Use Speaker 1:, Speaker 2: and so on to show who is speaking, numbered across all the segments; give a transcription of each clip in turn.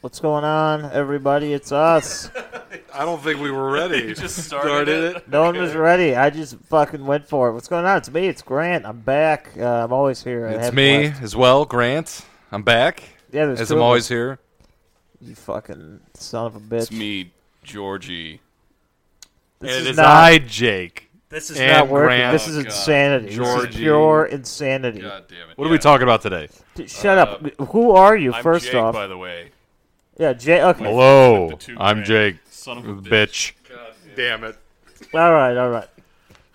Speaker 1: What's going on, everybody? It's us.
Speaker 2: I don't think we were ready.
Speaker 3: You just started it.
Speaker 1: No one was ready. I just fucking went for it. What's going on? It's me. It's Grant. I'm back. Uh, I'm always here. I
Speaker 3: It's
Speaker 1: haven't
Speaker 3: me
Speaker 1: left.
Speaker 3: as well, Grant. I'm back.
Speaker 1: Yeah, there's
Speaker 3: as
Speaker 1: two
Speaker 3: I'm
Speaker 1: of
Speaker 3: always
Speaker 1: us.
Speaker 3: here.
Speaker 1: You fucking son of a bitch.
Speaker 4: It's me, Georgie.
Speaker 1: This
Speaker 3: and
Speaker 1: is
Speaker 3: it is
Speaker 1: not,
Speaker 3: I, Jake.
Speaker 4: This is
Speaker 3: And
Speaker 1: not working.
Speaker 3: Grant.
Speaker 1: This is insanity. This is
Speaker 3: Georgie.
Speaker 1: pure insanity.
Speaker 4: Oh, God damn it.
Speaker 3: what are we talking about today?
Speaker 1: D- Shut up. Who are you?
Speaker 4: I'm
Speaker 1: first
Speaker 4: Jake,
Speaker 1: off,
Speaker 4: by the way.
Speaker 1: yeah, Jay. Okay.
Speaker 3: Hello,
Speaker 4: With the two
Speaker 3: I'm
Speaker 4: grand.
Speaker 3: Jake.
Speaker 4: Son of a
Speaker 3: bitch.
Speaker 4: Damn it.
Speaker 1: All right. All right.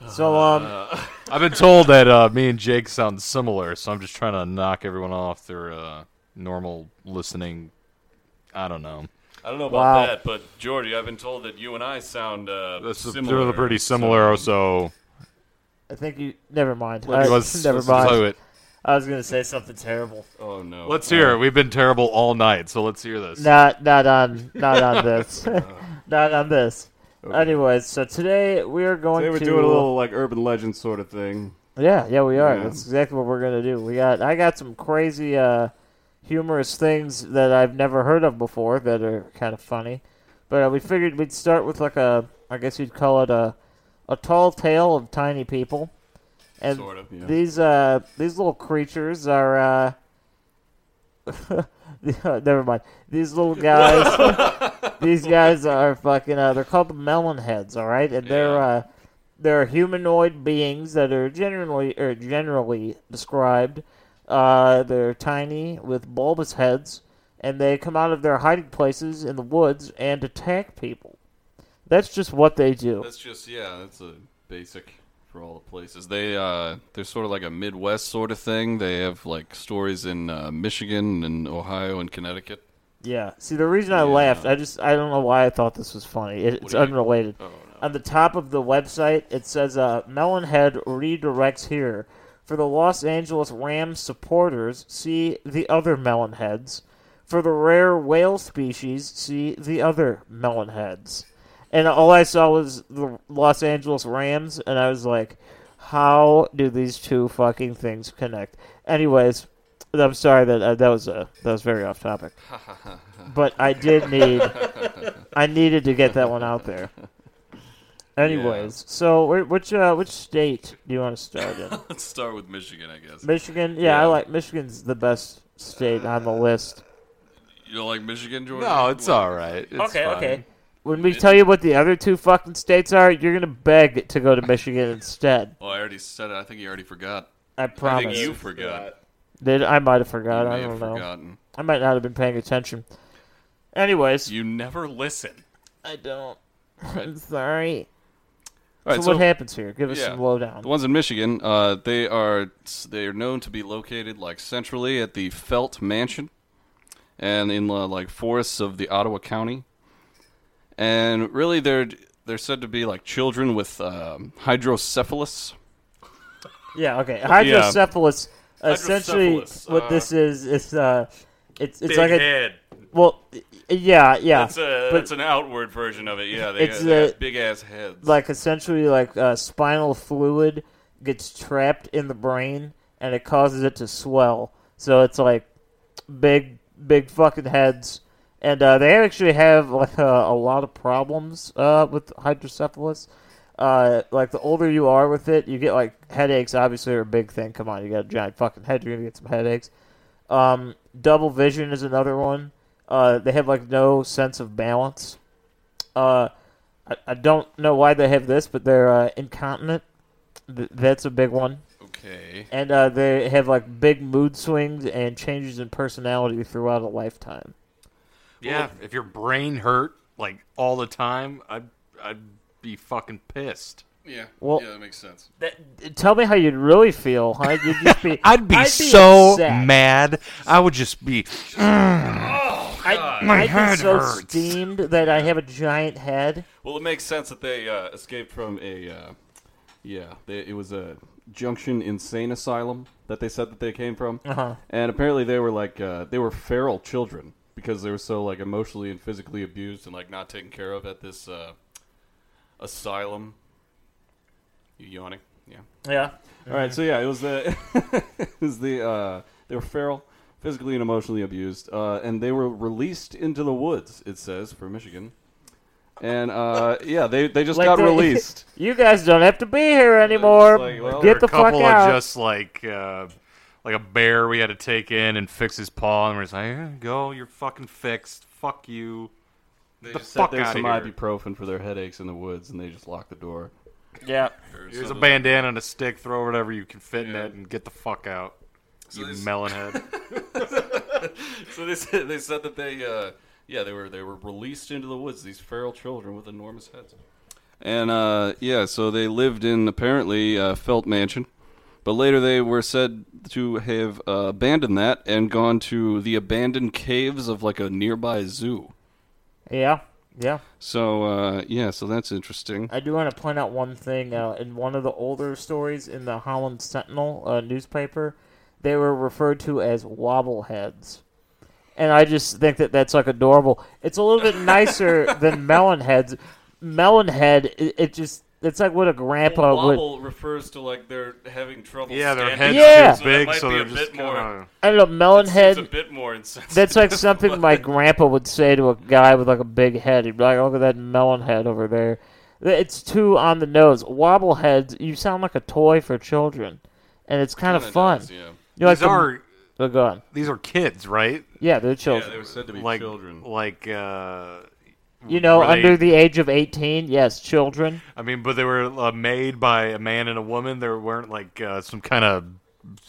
Speaker 1: So
Speaker 4: Uh,
Speaker 1: um,
Speaker 3: I've been told that uh, me and Jake sound similar, so I'm just trying to knock everyone off their uh, normal listening. I don't know.
Speaker 4: I don't know about
Speaker 1: Wow.
Speaker 4: that, but Georgie, I've been told that you and I sound uh,
Speaker 3: This is
Speaker 4: similar.
Speaker 3: they're pretty similar, so,
Speaker 1: I think you. Never mind.
Speaker 3: let's,
Speaker 1: I-
Speaker 3: let's,
Speaker 1: never
Speaker 3: let's
Speaker 1: mind.
Speaker 3: do it.
Speaker 1: I was gonna say something terrible.
Speaker 4: So- oh no.
Speaker 3: Let's hear. it. We've been terrible all night, so let's hear this.
Speaker 1: Not not on not on this. not on this. Anyways, so today we are going
Speaker 2: They were
Speaker 1: to
Speaker 2: doing a little like urban legend sort of thing.
Speaker 1: Yeah, yeah, we are.
Speaker 2: Yeah.
Speaker 1: That's exactly what we're gonna do. We got I got some crazy uh humorous things that I've never heard of before that are kind of funny. But uh, we figured we'd start with like a I guess you'd call it a a tall tale of tiny people. And
Speaker 4: Sort of, yeah.
Speaker 1: these uh these little creatures are uh never mind. These little guys these guys are fucking uh, they're called the melon heads, all right? And they're
Speaker 4: Yeah.
Speaker 1: uh they're humanoid beings that are generally or generally described. Uh, they're tiny with bulbous heads, and they come out of their hiding places in the woods and attack people. That's just what they do.
Speaker 4: That's just yeah. That's a basic for all the places. They uh, they're sort of like a Midwest sort of thing. They have like stories in uh, Michigan and Ohio and Connecticut.
Speaker 1: Yeah. See, the reason I laughed, I just I don't know why I thought this was funny. It, it's
Speaker 4: do you- Oh,
Speaker 1: unrelated. On the top of the website, it says uh, Melonhead redirects here for the Los Angeles Rams supporters. See the other Melonheads. For the rare whale species, see the other Melonheads. And all I saw was the Los Angeles Rams, and I was like, how do these two fucking things connect? Anyways, I'm sorry that uh, that was uh, that was very off topic but I did need I needed to get that one out there. Anyways, so wh- which uh, which state do you want to start in?
Speaker 4: Let's start with Michigan, I guess.
Speaker 1: Michigan. Yeah, I
Speaker 4: Yeah.
Speaker 1: like Michigan's the best state on the list.
Speaker 4: you don't like Michigan, Georgie?
Speaker 3: No, it's all right. It's fine.
Speaker 1: When we tell you what the other two fucking states are, you're gonna beg to go to Michigan instead.
Speaker 4: Oh, I already said it. I think you already forgot.
Speaker 1: I
Speaker 4: I
Speaker 1: promise.
Speaker 4: think you forgot.
Speaker 1: Did I might have forgot?
Speaker 4: You
Speaker 1: I
Speaker 4: may
Speaker 1: don't
Speaker 4: have
Speaker 1: know.
Speaker 4: forgotten.
Speaker 1: I might not have been paying attention. Anyways,
Speaker 4: You never listen.
Speaker 1: I don't. I'm sorry.
Speaker 4: All
Speaker 1: so,
Speaker 4: right,
Speaker 1: what happens here? Give us
Speaker 4: Yeah.
Speaker 1: some lowdown.
Speaker 4: The ones in Michigan, uh, they are they are known to be located like centrally at the Felt Mansion, and in uh, like forests of the Ottawa County, and really they're they're said to be like children with um, hydrocephalus.
Speaker 1: Yeah, okay. Hydrocephalus. Essentially,
Speaker 3: Hydrocephalus,
Speaker 1: what
Speaker 3: uh,
Speaker 1: this is, it's uh, it's it's like a well, y- yeah, yeah.
Speaker 4: That's a
Speaker 1: but
Speaker 4: that's an outward version of it. Yeah, they,
Speaker 1: It's
Speaker 4: got- they
Speaker 1: a-
Speaker 4: got big ass heads.
Speaker 1: like essentially, like uh, spinal fluid gets trapped in the brain and it causes it to swell. So it's like big big fucking heads, and uh, they actually have like a, a lot of problems uh, with hydrocephalus. Uh, like the older you are with it, you get like headaches. Obviously, are a big thing. Come on, you got a giant fucking head, you're gonna get some headaches. Um, double vision is another one. Uh, they have like no sense of balance. Uh, I, I don't know why they have this, but they're uh, incontinent. Th- that's a big one.
Speaker 4: Okay.
Speaker 1: And uh, they have like big mood swings and changes in personality throughout a lifetime.
Speaker 3: Yeah, if your brain hurt like all the time, I'd I'd be fucking pissed.
Speaker 4: Yeah.
Speaker 1: Well-
Speaker 4: yeah, that makes sense.
Speaker 1: That, tell me how you'd really feel, huh? You'd just be,
Speaker 3: I'd be, so
Speaker 1: upset.
Speaker 3: mad. I would just be.
Speaker 1: I'd,
Speaker 3: My
Speaker 1: I'd
Speaker 3: head
Speaker 1: be so
Speaker 3: hurts.
Speaker 1: steamed that I have a giant head.
Speaker 4: Well, it makes sense that they uh, escaped from a. Uh, yeah, they, it was a Junction Insane Asylum that they said that they came from, uh-huh. and apparently they were like uh, they were feral children because they were so like emotionally and physically abused and like not taken care of at this uh, asylum. You yawning? Yeah.
Speaker 1: Yeah.
Speaker 4: All right, so yeah, it was the it was the uh, they were feral, physically and emotionally abused, uh, and they were released into the woods. It says for Michigan, and uh, yeah, they they just got
Speaker 1: the-
Speaker 4: released.
Speaker 1: you guys don't have to be here anymore.
Speaker 4: like, well,
Speaker 1: Get the
Speaker 3: a couple
Speaker 1: fuck out.
Speaker 3: of just like uh, like a bear we had to take in and fix his paw, and we're just like, "Eh, "Go, you're fucking fixed. Fuck you."
Speaker 4: They
Speaker 3: the
Speaker 4: just
Speaker 3: fuck
Speaker 4: sat there with
Speaker 3: outta
Speaker 4: some
Speaker 3: here.
Speaker 4: ibuprofen for their headaches in the woods, and they just locked the door.
Speaker 1: yeah.
Speaker 3: Here's a bandana and a stick. Throw whatever you can fit in
Speaker 4: Yeah.
Speaker 3: it and get the fuck out. You
Speaker 4: this-
Speaker 3: melon head.
Speaker 4: So they said, they said that they uh, yeah they were they were released into the woods. These feral children with enormous heads. And uh, yeah, so they lived in apparently uh, Felt Mansion, but later they were said to have uh, abandoned that and gone to the abandoned caves of like a nearby zoo.
Speaker 1: Yeah. Yeah.
Speaker 4: So uh, yeah, so that's interesting.
Speaker 1: I do want to point out one thing. Uh, in one of the older stories in the Holland Sentinel uh, newspaper, they were referred to as wobbleheads. And I just think that that's like adorable. It's a little bit nicer than melonheads. Melonhead, it, it just, it's like what a grandpa would.
Speaker 4: refers to like they're having trouble.
Speaker 3: yeah, their head's
Speaker 1: Yeah.
Speaker 3: too
Speaker 1: So
Speaker 3: big, so they're just kinda-
Speaker 1: I don't know, melonhead.
Speaker 4: bit more insensitive.
Speaker 1: That's like something my grandpa would say to a guy with like a big head. He'd be like, "Look at that melon head over there." Th- It's too on the nose. Wobble heads, you sound like a toy for children, and it's kind of fun.
Speaker 4: yeah.
Speaker 1: You're like
Speaker 3: These are
Speaker 1: the, Oh, go on.
Speaker 3: these are kids, right?
Speaker 1: Yeah, they're
Speaker 4: Yeah,
Speaker 1: children.
Speaker 4: they were said to be
Speaker 3: Like
Speaker 4: children.
Speaker 3: like uh,
Speaker 1: you know,
Speaker 3: were they-
Speaker 1: under the age of eighteen, yes, children.
Speaker 3: I mean, but they were uh, made by a man and a woman. There weren't like uh, some kind of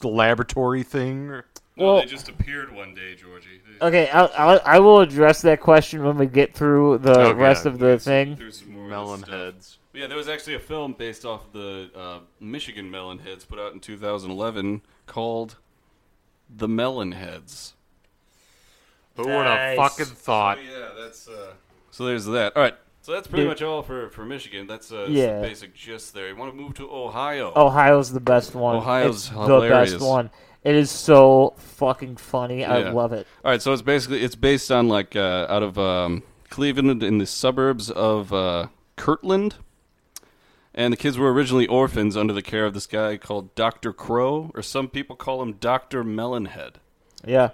Speaker 3: laboratory thing. or-
Speaker 1: No, they Well-
Speaker 4: just appeared one day, Georgie.
Speaker 1: Okay, I'll, I'll, I will address that question when we get through the
Speaker 3: Okay.
Speaker 1: rest of the thing.
Speaker 4: There's some more
Speaker 3: Mm-hmm. Melon
Speaker 4: of this stuff.
Speaker 3: heads.
Speaker 4: Yeah, there was actually a film based off the uh, Michigan melon heads put out in 2011 called "The Melon Heads."
Speaker 3: Who would
Speaker 1: Nice.
Speaker 3: have fucking thought?
Speaker 4: Yeah, that's. Uh... So there's that. All right. So that's pretty much all for, for Michigan. That's, uh, that's
Speaker 1: Yeah. Oh,
Speaker 4: the basic gist there. You want to move to Ohio?
Speaker 1: Ohio's the best one.
Speaker 4: Ohio's
Speaker 1: it's the
Speaker 4: hilarious.
Speaker 1: best one. It is so fucking funny. I
Speaker 4: Yeah.
Speaker 1: love it.
Speaker 4: All right, so it's basically it's based on like uh, out of um, Cleveland in the suburbs of uh, Kirtland, and the kids were originally orphans under the care of this guy called Doctor Crow, or some people call him Doctor Melonhead.
Speaker 1: Yeah.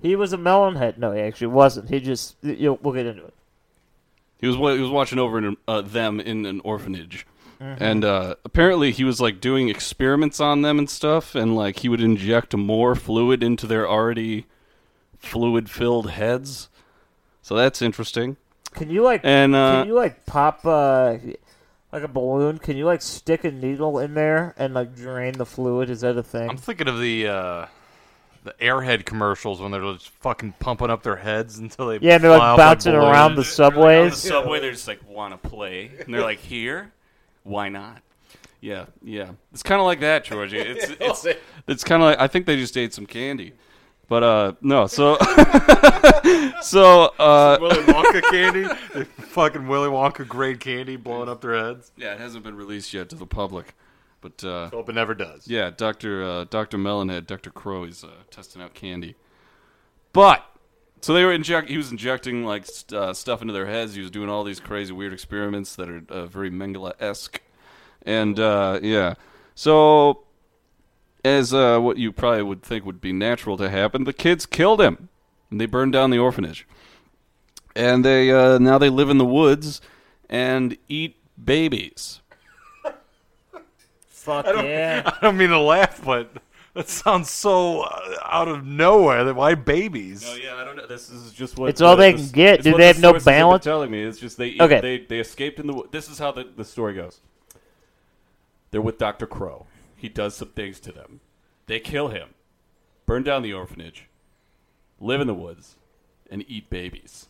Speaker 1: He was a melonhead. No, he actually wasn't. He just. You'll, we'll get into it.
Speaker 4: He was wa- he was watching over in, uh, them in an orphanage, and uh, apparently he was like doing experiments on them and stuff, and like he would inject more fluid into their already fluid filled heads. So that's interesting.
Speaker 1: Can you like?
Speaker 4: And, uh,
Speaker 1: can you like pop uh, like a balloon? Can you like stick a needle in there and like drain the fluid? Is that a
Speaker 3: I'm
Speaker 1: thing?
Speaker 3: thinking of the uh, the Airhead commercials when they're just fucking pumping up their heads until they
Speaker 1: Yeah, and they're like
Speaker 3: fly off their
Speaker 1: bouncing
Speaker 3: balloon.
Speaker 1: around the subways.
Speaker 4: "Oh, subway, they're just like want to play, and they're like, "Here, why not?" Yeah, yeah. It's kind of like that, Georgie. It's it's it's kind of like I think they just ate some candy, but uh, no. So so uh,
Speaker 3: Willy Wonka candy, they fucking Willy Wonka grade candy blowing up their heads.
Speaker 4: yeah, it hasn't been released yet to the public, but uh,
Speaker 3: Hope it never does.
Speaker 4: yeah, Doctor uh, Doctor Melonhead, Doctor Crow, he's uh, testing out candy, but. So they were inject. He was injecting like st- uh, stuff into their heads. He was doing all these crazy, weird experiments that are uh, very Mengele esque. and uh, yeah so as uh, what you probably would think would be natural to happen the kids killed him They burned down the orphanage, and they uh, now they live in the woods and eat babies.
Speaker 1: Fuck yeah.
Speaker 3: I don't mean to laugh, but that sounds so uh, out of nowhere. That- Why babies?
Speaker 4: Oh, yeah, I don't know. This is just what
Speaker 1: It's all they can get.
Speaker 4: it's
Speaker 1: Do
Speaker 4: what
Speaker 1: they
Speaker 4: the
Speaker 1: have no
Speaker 4: sources been
Speaker 1: balance?
Speaker 4: Telling me, it's just they
Speaker 1: Okay.
Speaker 4: they they escaped in the. wo- This is how the, the story goes. They're with Doctor Crow. He does some things to them. They kill him, burn down the orphanage, live in the woods, and eat babies.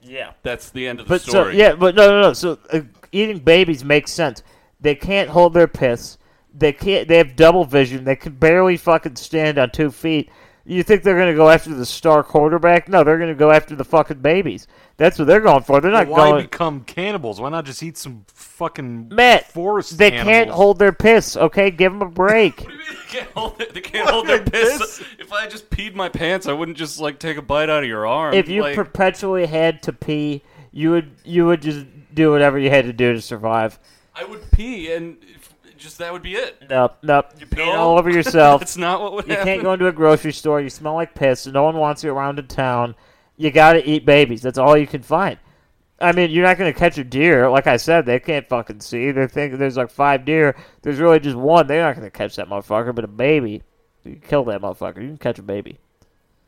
Speaker 1: Yeah.
Speaker 4: That's the end of the
Speaker 1: But so
Speaker 4: story.
Speaker 1: yeah, but no, no, no. So uh, eating babies makes sense. They can't hold their piss. They can't. They have double vision. They can barely fucking stand on two feet. You think they're gonna go after the star quarterback? No, they're gonna go after the fucking babies. That's what they're going for. They're not
Speaker 3: Why
Speaker 1: going.
Speaker 3: become cannibals? Why not just eat some fucking
Speaker 1: Matt,
Speaker 3: forest?
Speaker 1: they
Speaker 3: animals?
Speaker 1: can't hold their piss. Okay, give them a break.
Speaker 4: What do you mean they can't hold, it- they can't hold their piss? If I just peed my pants, I wouldn't just like take a bite out of your arm.
Speaker 1: if you
Speaker 4: like,
Speaker 1: perpetually had to pee, you would you would just do whatever you had to do to survive.
Speaker 4: I would pee and if, just that would be it.
Speaker 1: Nope, nope. You
Speaker 4: No.
Speaker 1: peeing all over yourself.
Speaker 4: That's not what would
Speaker 1: You
Speaker 4: happen.
Speaker 1: can't go into a grocery store. You smell like piss. No one wants you around in town. You got to eat babies. That's all you can find. I mean, you're not going to catch a deer. Like I said, they can't fucking see. They're thinking there's like five deer. There's really just one. They're not going to catch that motherfucker. But a baby, you can kill that motherfucker. You can catch a baby.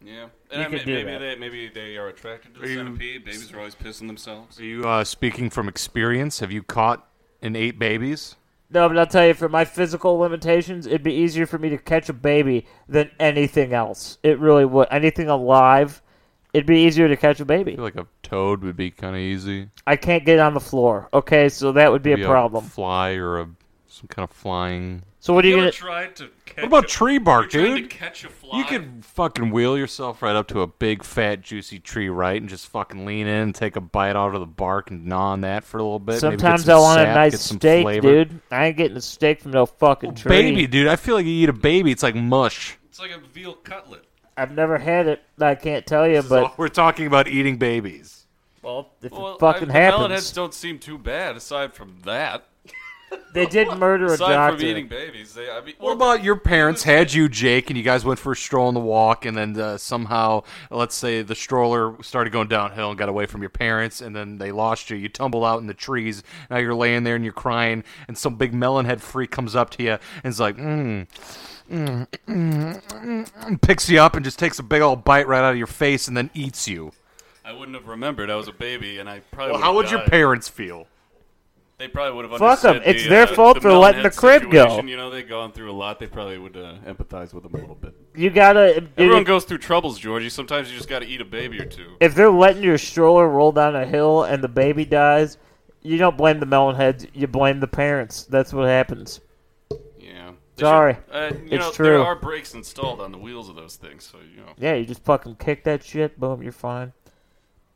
Speaker 4: Yeah,
Speaker 1: You I could mean, do maybe that.
Speaker 4: they maybe they are attracted to the centipede. Babies are always pissing themselves.
Speaker 3: Are you uh, speaking from experience? Have you caught and ate babies?
Speaker 1: No, but I'll tell you, for my physical limitations, it'd be easier for me to catch a baby than anything else. It really would. Anything alive, it'd be easier to catch a
Speaker 3: I
Speaker 1: baby.
Speaker 3: feel like a toad would be kind of easy.
Speaker 1: I can't get on the floor. Okay, so that would be
Speaker 3: Be
Speaker 1: a problem.
Speaker 3: fly or a some kind of flying.
Speaker 1: So what are you
Speaker 4: You ever
Speaker 1: gonna?
Speaker 4: tried to catch
Speaker 3: What about
Speaker 4: a-
Speaker 3: tree bark,
Speaker 4: you ever tried
Speaker 3: dude?
Speaker 4: To catch a fly.
Speaker 3: You could fucking wheel yourself right up to a big, fat, juicy tree, right, and just fucking lean in, and take a bite out of the bark, and gnaw on that for a little bit. maybe get
Speaker 1: Sometimes
Speaker 3: some
Speaker 1: I want a
Speaker 3: sap,
Speaker 1: nice
Speaker 3: get some
Speaker 1: steak,
Speaker 3: flavor.
Speaker 1: dude. I ain't getting a steak from no fucking tree.
Speaker 3: Baby, dude, I feel like you eat a baby, it's like mush.
Speaker 4: It's like a veal cutlet.
Speaker 1: I've never had it. I can't tell you, but
Speaker 3: we're talking about eating babies.
Speaker 1: well, if
Speaker 4: Well,
Speaker 1: it fucking
Speaker 4: I, The melon heads
Speaker 1: happens,
Speaker 4: don't seem too bad aside from that.
Speaker 1: they did murder a
Speaker 4: aside
Speaker 1: doctor.
Speaker 4: from eating babies, they. I mean,
Speaker 3: What about your parents had you, Jake, and you guys went for a stroll on the walk, and then uh, somehow, let's say, the stroller started going downhill and got away from your parents, and then they lost you. You tumbled out in the trees. Now you're laying there and you're crying, and some big melon head freak comes up to you and is like, mm, mm, mm, mm," picks you up and just takes a big old bite right out of your face and then eats you.
Speaker 4: I wouldn't have remembered. I was a baby, and I probably.
Speaker 3: Well, how would
Speaker 4: would've
Speaker 3: your
Speaker 4: died.
Speaker 3: parents feel?
Speaker 4: They probably would have.
Speaker 1: Fuck 'em.
Speaker 4: understood
Speaker 1: It's
Speaker 4: the,
Speaker 1: their
Speaker 4: uh,
Speaker 1: fault
Speaker 4: the
Speaker 1: for letting the
Speaker 4: melonhead
Speaker 1: crib go.
Speaker 4: situation. You know, they've gone through a lot. They probably would uh, empathize with them a little bit.
Speaker 1: You gotta. dude,
Speaker 4: Everyone
Speaker 1: if-
Speaker 4: goes through troubles, Georgie. Sometimes you just got to eat a baby or two.
Speaker 1: if they're letting your stroller roll down a hill and the baby dies, you don't blame the melon heads. You blame the parents. That's what happens.
Speaker 4: Yeah. They
Speaker 1: Sorry.
Speaker 4: should- uh, you
Speaker 1: It's
Speaker 4: know, There
Speaker 1: true.
Speaker 4: are brakes installed on the wheels of those things, so you know.
Speaker 1: Yeah, you just fucking kick that shit. Boom, you're fine.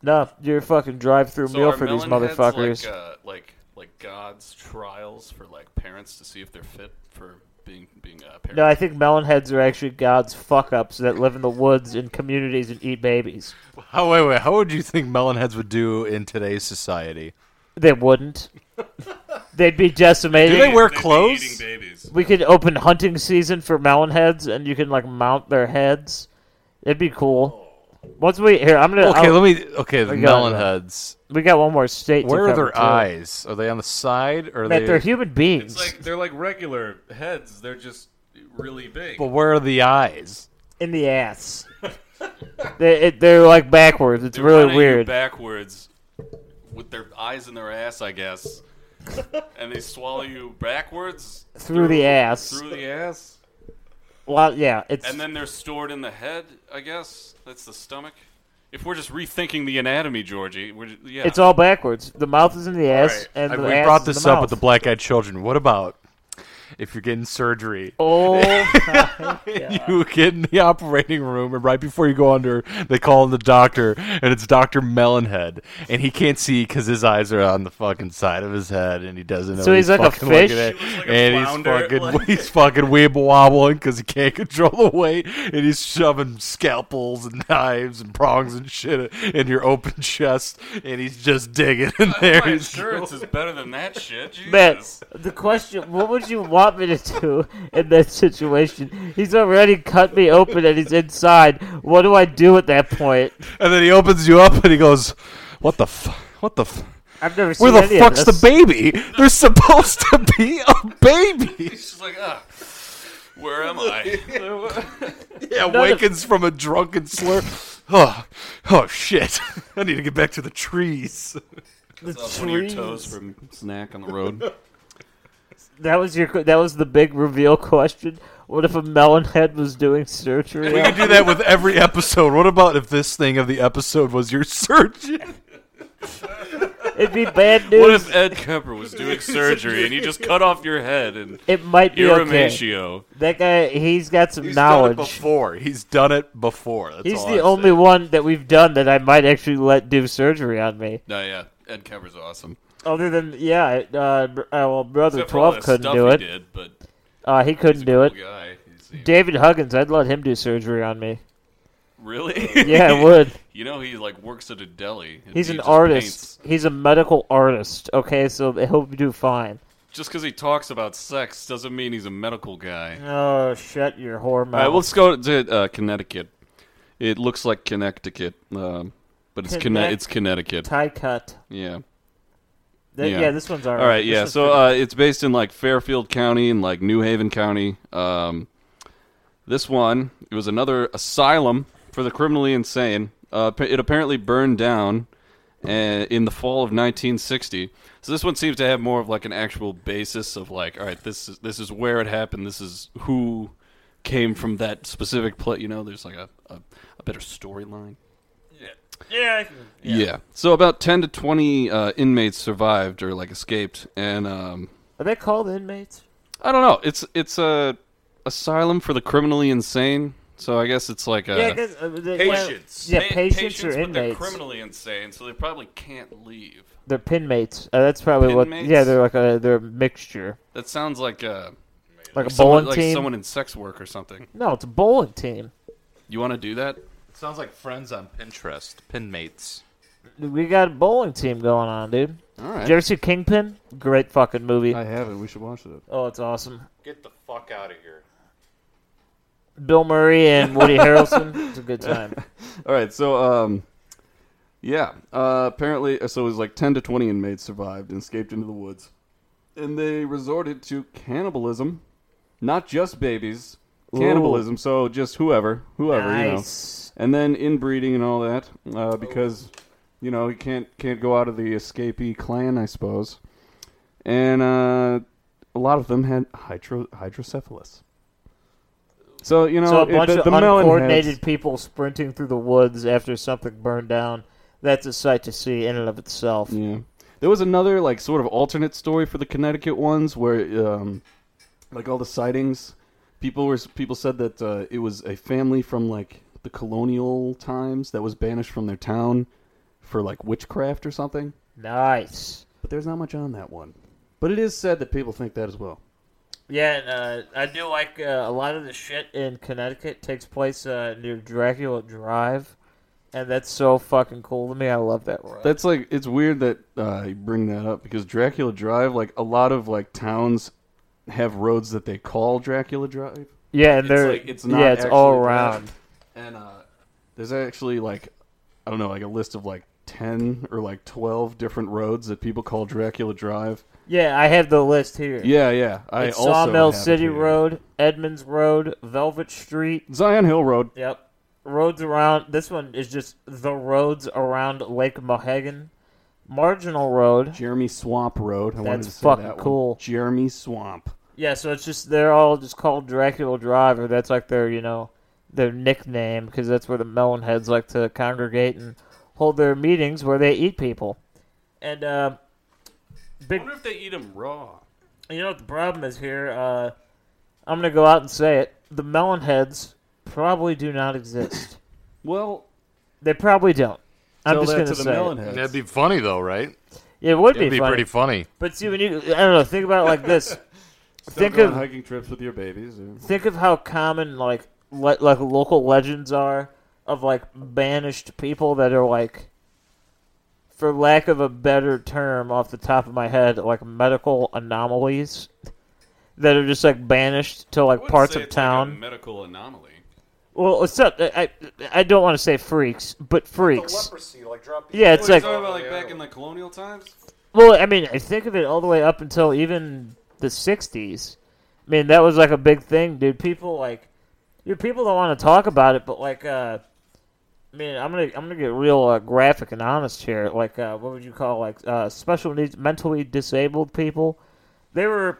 Speaker 1: No, you're a fucking drive-through
Speaker 4: So
Speaker 1: meal
Speaker 4: are
Speaker 1: for these
Speaker 4: melon heads
Speaker 1: motherfuckers.
Speaker 4: Like, uh, like, like God's trials for like parents to see if they're fit for being being uh, parents.
Speaker 1: No, I think melon heads are actually God's fuck ups that live in the woods in communities and eat babies.
Speaker 3: Oh, wait, wait. How would you think melon heads would do in today's society?
Speaker 1: They wouldn't. They'd be decimated.
Speaker 3: Do they wear
Speaker 4: They'd be
Speaker 3: clothes?
Speaker 4: Eating babies.
Speaker 1: we could open hunting season for melon heads, and you can like mount their heads. It'd be cool. Once we here, I'm gonna.
Speaker 3: Okay,
Speaker 1: I'll-
Speaker 3: let me. Okay, the
Speaker 1: I got
Speaker 3: melon
Speaker 1: it.
Speaker 3: heads.
Speaker 1: we got one more state.
Speaker 3: Where
Speaker 1: to
Speaker 3: are
Speaker 1: cover,
Speaker 3: their
Speaker 1: too.
Speaker 3: eyes? Are they on the side or are
Speaker 1: Matt, they're
Speaker 3: they?
Speaker 1: human beings.
Speaker 4: It's like they're like regular heads. They're just really big.
Speaker 3: But where are the eyes?
Speaker 1: in the ass. they, it, they're like backwards. It's
Speaker 4: They're
Speaker 1: really
Speaker 4: running you
Speaker 1: weird.
Speaker 4: Backwards, with their eyes in their ass, I guess. and they swallow you backwards
Speaker 1: Through the ass.
Speaker 4: Through the ass.
Speaker 1: well, yeah, it's
Speaker 4: And then they're stored in the head, I guess. That's the stomach. If we're just rethinking the anatomy, Georgie, we're just, yeah.
Speaker 1: it's all backwards. The mouth is in the ass, and
Speaker 3: I-
Speaker 1: the
Speaker 3: we
Speaker 1: ass
Speaker 3: brought
Speaker 1: is in
Speaker 3: this
Speaker 1: the
Speaker 3: up
Speaker 1: mouth.
Speaker 3: with the black-eyed children. What about if you're getting surgery?
Speaker 1: Oh,
Speaker 3: You get in the operating room, and right before you go under, they call in the doctor, and it's Doctor Melonhead, and he can't see because his eyes are on the fucking side of his head, and he doesn't know.
Speaker 1: So
Speaker 3: what
Speaker 1: he's like a
Speaker 3: fucking looking
Speaker 1: fish?
Speaker 3: at.
Speaker 4: He looks like a
Speaker 3: and he's
Speaker 4: flounder,
Speaker 3: fucking
Speaker 4: like-
Speaker 3: he's fucking weeble wobbling because he can't control the weight, and he's shoving scalpels and knives and prongs and shit in your open chest, and he's just digging in
Speaker 4: My
Speaker 3: there. He's
Speaker 4: insurance is better than that shit. Jesus.
Speaker 1: Matt, the question: What would you want me to do in that situation? He's already cut me open and he's inside. What do I do at that point?
Speaker 3: And then he opens you up and he goes, "What the f? What the f?
Speaker 1: I've never
Speaker 3: Where
Speaker 1: seen
Speaker 3: the
Speaker 1: any
Speaker 3: fuck's
Speaker 1: of this.
Speaker 3: the baby? There's supposed to be a baby."
Speaker 4: He's just like, ah, where am I?
Speaker 3: Yeah, awakens from a drunken slur. Oh, oh shit! I need to get back to the trees.
Speaker 4: Off one of your toes from snack on the road.
Speaker 1: That was your. That was the big reveal question. What if a melon head was doing surgery?
Speaker 3: We could do that with every episode. What about if this thing of the episode was your surgeon?
Speaker 1: It'd be bad news.
Speaker 4: What if Ed Kemper was doing surgery and he just cut off your head and
Speaker 1: it might be
Speaker 4: your
Speaker 1: okay.
Speaker 4: ratio?
Speaker 1: That guy, he's got some
Speaker 3: He's done it
Speaker 1: knowledge.
Speaker 3: before. He's done it before. That's
Speaker 1: He's
Speaker 3: all
Speaker 1: the
Speaker 3: I'm
Speaker 1: only
Speaker 3: saying.
Speaker 1: one that we've done that I might actually let do surgery on me.
Speaker 4: No, yeah, Ed Kemper's awesome.
Speaker 1: Other than yeah, uh, uh, well, brother
Speaker 4: Except for all
Speaker 1: twelve
Speaker 4: that
Speaker 1: couldn't
Speaker 4: stuff
Speaker 1: do
Speaker 4: he
Speaker 1: it.
Speaker 4: did, but
Speaker 1: Uh, he couldn't do it.
Speaker 4: cool guy. He seemed-
Speaker 1: David Huggins, I'd let him do surgery on me.
Speaker 4: Really?
Speaker 1: Yeah, I would.
Speaker 4: you know he like works at a deli. and
Speaker 1: He's
Speaker 4: he
Speaker 1: an
Speaker 4: just
Speaker 1: artist.
Speaker 4: paints.
Speaker 1: He's a medical artist. Okay, so he'll do fine.
Speaker 4: Just because he talks about sex doesn't mean he's a medical guy.
Speaker 1: Oh, shut your whore
Speaker 4: All right,
Speaker 1: mouth.
Speaker 4: let's go to uh, Connecticut. It looks like Connecticut, um, but it's Conne-
Speaker 1: Connect-
Speaker 4: it's Connecticut.
Speaker 1: tie cut.
Speaker 4: Yeah.
Speaker 1: Th-
Speaker 4: Yeah.
Speaker 1: yeah. this one's alright.
Speaker 4: All right,
Speaker 1: This
Speaker 4: yeah.
Speaker 1: one's
Speaker 4: So
Speaker 1: pretty-
Speaker 4: uh, it's based in like Fairfield County and like New Haven County. Um, this one, it was another asylum for the criminally insane. Uh, pa- it apparently burned down uh, in the fall of 1960. So this one seems to have more of like an actual basis of like, all right, this is this is where it happened. This is who came from that specific place. You know, there's like a a, a better storyline. Yeah. yeah. So about 10 to 20 uh, inmates survived or like escaped, and um,
Speaker 1: Are they called inmates?
Speaker 4: I don't know. It's it's a asylum for the criminally insane. So I guess it's like a
Speaker 1: yeah, 'cause, uh, they- Yeah, yeah patients, or inmates.
Speaker 4: insane, so they probably can't leave.
Speaker 1: They're pinmates. Uh, that's probably what.
Speaker 4: Pinmates?
Speaker 1: Yeah, they're like a they're a mixture,
Speaker 4: That sounds like a
Speaker 1: like a
Speaker 4: someone,
Speaker 1: bowling
Speaker 4: like
Speaker 1: team.
Speaker 4: someone in sex work or something.
Speaker 1: No, it's a bowling team.
Speaker 4: You want to do that?
Speaker 3: Sounds like friends on Pinterest, pinmates.
Speaker 1: We got a bowling team going on, dude. All right. Did you ever see Kingpin? Great fucking movie.
Speaker 2: I haven't. We should watch it.
Speaker 1: Oh, it's awesome.
Speaker 3: Get the fuck out of here.
Speaker 1: Bill Murray and Woody Harrelson. It's a good time.
Speaker 4: All right, so um, yeah. Uh, apparently, so it was like ten to twenty inmates survived and escaped into the woods, and they resorted to cannibalism, not just babies, cannibalism. So just whoever, whoever, you know.
Speaker 1: nice.
Speaker 4: and then inbreeding and all that uh, because you know he can't can't go out of the escapee clan, I suppose. And uh, a lot of them had hydro- hydrocephalus. So you know,
Speaker 1: So a
Speaker 4: it-
Speaker 1: bunch
Speaker 4: the,
Speaker 1: of
Speaker 4: the melon
Speaker 1: uncoordinated
Speaker 4: heads-
Speaker 1: people sprinting through the woods after something burned down. That's a sight to see in and of itself.
Speaker 4: Yeah. There was another like sort of alternate story for the Connecticut ones where um, like all the sightings, people were people said that uh, it was a family from like the colonial times that was banished from their town for like witchcraft or something.
Speaker 1: Nice.
Speaker 4: But there's not much on that one. But it is said that people think that as well.
Speaker 1: Yeah, and, uh, I do like uh, a lot of the shit in Connecticut takes place uh, near Dracula Drive, and that's so fucking cool to me. I love that world.
Speaker 4: That's like it's weird that uh, you bring that up because Dracula Drive, like a lot of like towns, have roads that they call Dracula Drive.
Speaker 1: yeah, and
Speaker 4: it's
Speaker 1: they're
Speaker 4: like- it's not
Speaker 1: yeah, it's all
Speaker 4: actually that.
Speaker 1: around.
Speaker 4: and uh, there's actually like I don't know, like a list of like ten or like twelve different roads that people call Dracula Drive.
Speaker 1: Yeah, I have the list here.
Speaker 4: Yeah, yeah. I
Speaker 1: it's
Speaker 4: also
Speaker 1: Sawmill
Speaker 4: have it
Speaker 1: City
Speaker 4: here.
Speaker 1: Road, Edmonds Road, Velvet Street.
Speaker 4: Zion Hill Road.
Speaker 1: Yep, roads around. This one is just the roads around Lake Mohegan, Marginal Road.
Speaker 4: Jeremy Swamp Road. I wanted
Speaker 1: That's
Speaker 4: to say
Speaker 1: fucking
Speaker 4: that one.
Speaker 1: cool.
Speaker 4: Jeremy Swamp.
Speaker 1: Yeah, so it's just they're all just called Dracula Drive, or that's like their you know their nickname because that's where the melon heads like to congregate and hold their meetings where they eat people. And uh, big,
Speaker 4: if they eat them raw.
Speaker 1: you know what the problem is here? Uh, I'm gonna go out and say it: the melon heads probably do not exist.
Speaker 4: Well,
Speaker 1: they probably don't. I'm
Speaker 4: tell
Speaker 1: just
Speaker 4: that
Speaker 1: gonna
Speaker 4: to the
Speaker 1: say
Speaker 4: melon
Speaker 1: it.
Speaker 4: heads.
Speaker 3: That'd be funny though, right?
Speaker 1: it would
Speaker 3: It'd be
Speaker 1: funny.
Speaker 3: pretty funny.
Speaker 1: but see, when you I don't know, think about it like this.
Speaker 4: Don't
Speaker 1: think
Speaker 4: go on
Speaker 1: of
Speaker 4: hiking trips with your babies. or-
Speaker 1: think of how common like le- like local legends are of like banished people that are like for lack of a better term off the top of my head like medical anomalies that are just like banished to like parts of town.
Speaker 4: medical anomaly.
Speaker 1: well, it's not. I I- I don't want to say freaks, but freaks.
Speaker 2: leprosy, like drop.
Speaker 1: Yeah, it's like.
Speaker 4: talking about like back in the colonial times.
Speaker 1: Well, I mean, I think of it all the way up until even the '60s. I mean, that was like a big thing, dude. People like, dude, people don't want to talk about it, but like, uh, I mean, I'm gonna I'm gonna get real uh, graphic and honest here. Like, uh, what would you call like uh, special needs, mentally disabled people? They were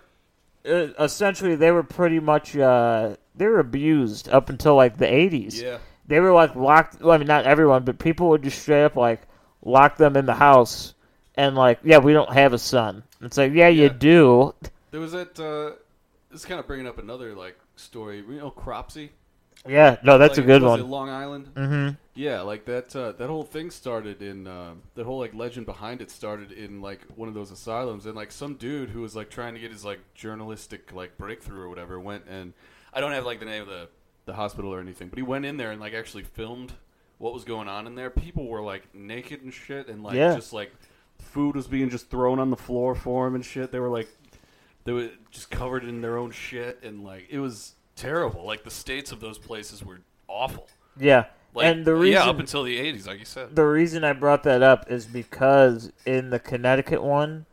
Speaker 1: uh, essentially they were pretty much uh, they were abused up until like the '80s
Speaker 4: Yeah.
Speaker 1: they were like locked. Well, I mean, not everyone, but people would just straight up like lock them in the house and like, yeah, we don't have a son. It's like, yeah, you
Speaker 4: Yeah.
Speaker 1: do.
Speaker 4: There was that. Uh, this is kind of bringing up another like story. You know, Cropsey.
Speaker 1: Yeah, no, that's
Speaker 4: Like,
Speaker 1: a good
Speaker 4: was it
Speaker 1: one.
Speaker 4: Long Island. Mm-hmm. Yeah, like that. Uh, that whole thing started in uh, that whole like legend behind it started in like one of those asylums, and like some dude who was like trying to get his like journalistic like breakthrough or whatever went and I don't have like the name of the the hospital or anything, but he went in there and like actually filmed what was going on in there. People were like naked and shit, and like
Speaker 1: Yeah.
Speaker 4: just like food was being just thrown on the floor for him and shit. They were like they were just covered in their own shit and like it was terrible like the states of those places were awful
Speaker 1: Yeah,
Speaker 4: like,
Speaker 1: and the reason
Speaker 4: yeah up until the 80s like you said
Speaker 1: the reason I brought that up is because in the Connecticut one,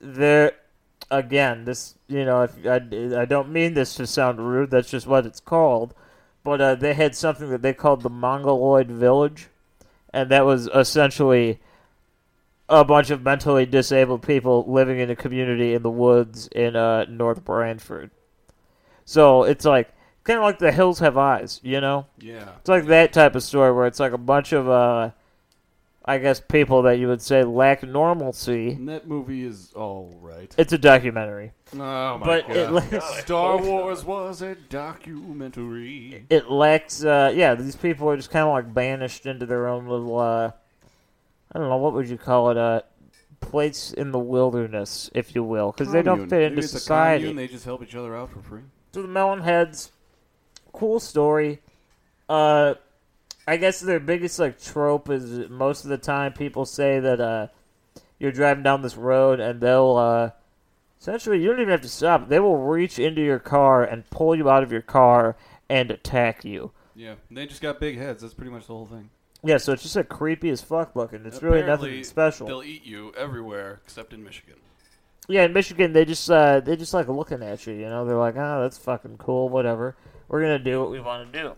Speaker 1: there again, this you know, if I, I don't mean this to sound rude, that's just what it's called. But uh, they had something that they called the Mongoloid Village, and that was essentially a bunch of mentally disabled people living in a community in the woods in uh, North Branford. So it's like kind of like the hills have eyes, you know.
Speaker 4: yeah
Speaker 1: It's like that type of story where it's like a bunch of, uh, I guess, people that you would say lack normalcy.
Speaker 4: and that movie is all right
Speaker 1: It's a documentary,
Speaker 4: oh my
Speaker 1: but it
Speaker 4: god
Speaker 1: lacks,
Speaker 4: star wars was a documentary
Speaker 1: it lacks. Uh, yeah, these people are just kind of like banished into their own little. Uh, I don't know what would you call it. Uh, place in the wilderness, if you will, because they don't
Speaker 4: Commune.
Speaker 1: fit
Speaker 4: Maybe
Speaker 1: into
Speaker 4: it's a
Speaker 1: society.
Speaker 4: commune, they just help each other out for free
Speaker 1: So the Melon Heads, cool story. Uh, I guess their biggest like trope is most of the time people say that uh, you're driving down this road and they'll uh, essentially you don't even have to stop. They will reach into your car and pull you out of your car and attack you.
Speaker 4: yeah they just got big heads that's pretty much the whole thing
Speaker 1: Yeah, so it's just like creepy as fuck looking. It's really nothing
Speaker 4: Apparently,
Speaker 1: special.
Speaker 4: they'll eat you everywhere except in michigan
Speaker 1: Yeah, in Michigan they just uh, they just like looking at you. You know, they're like, oh, that's fucking cool. Whatever. We're gonna do what we want to do.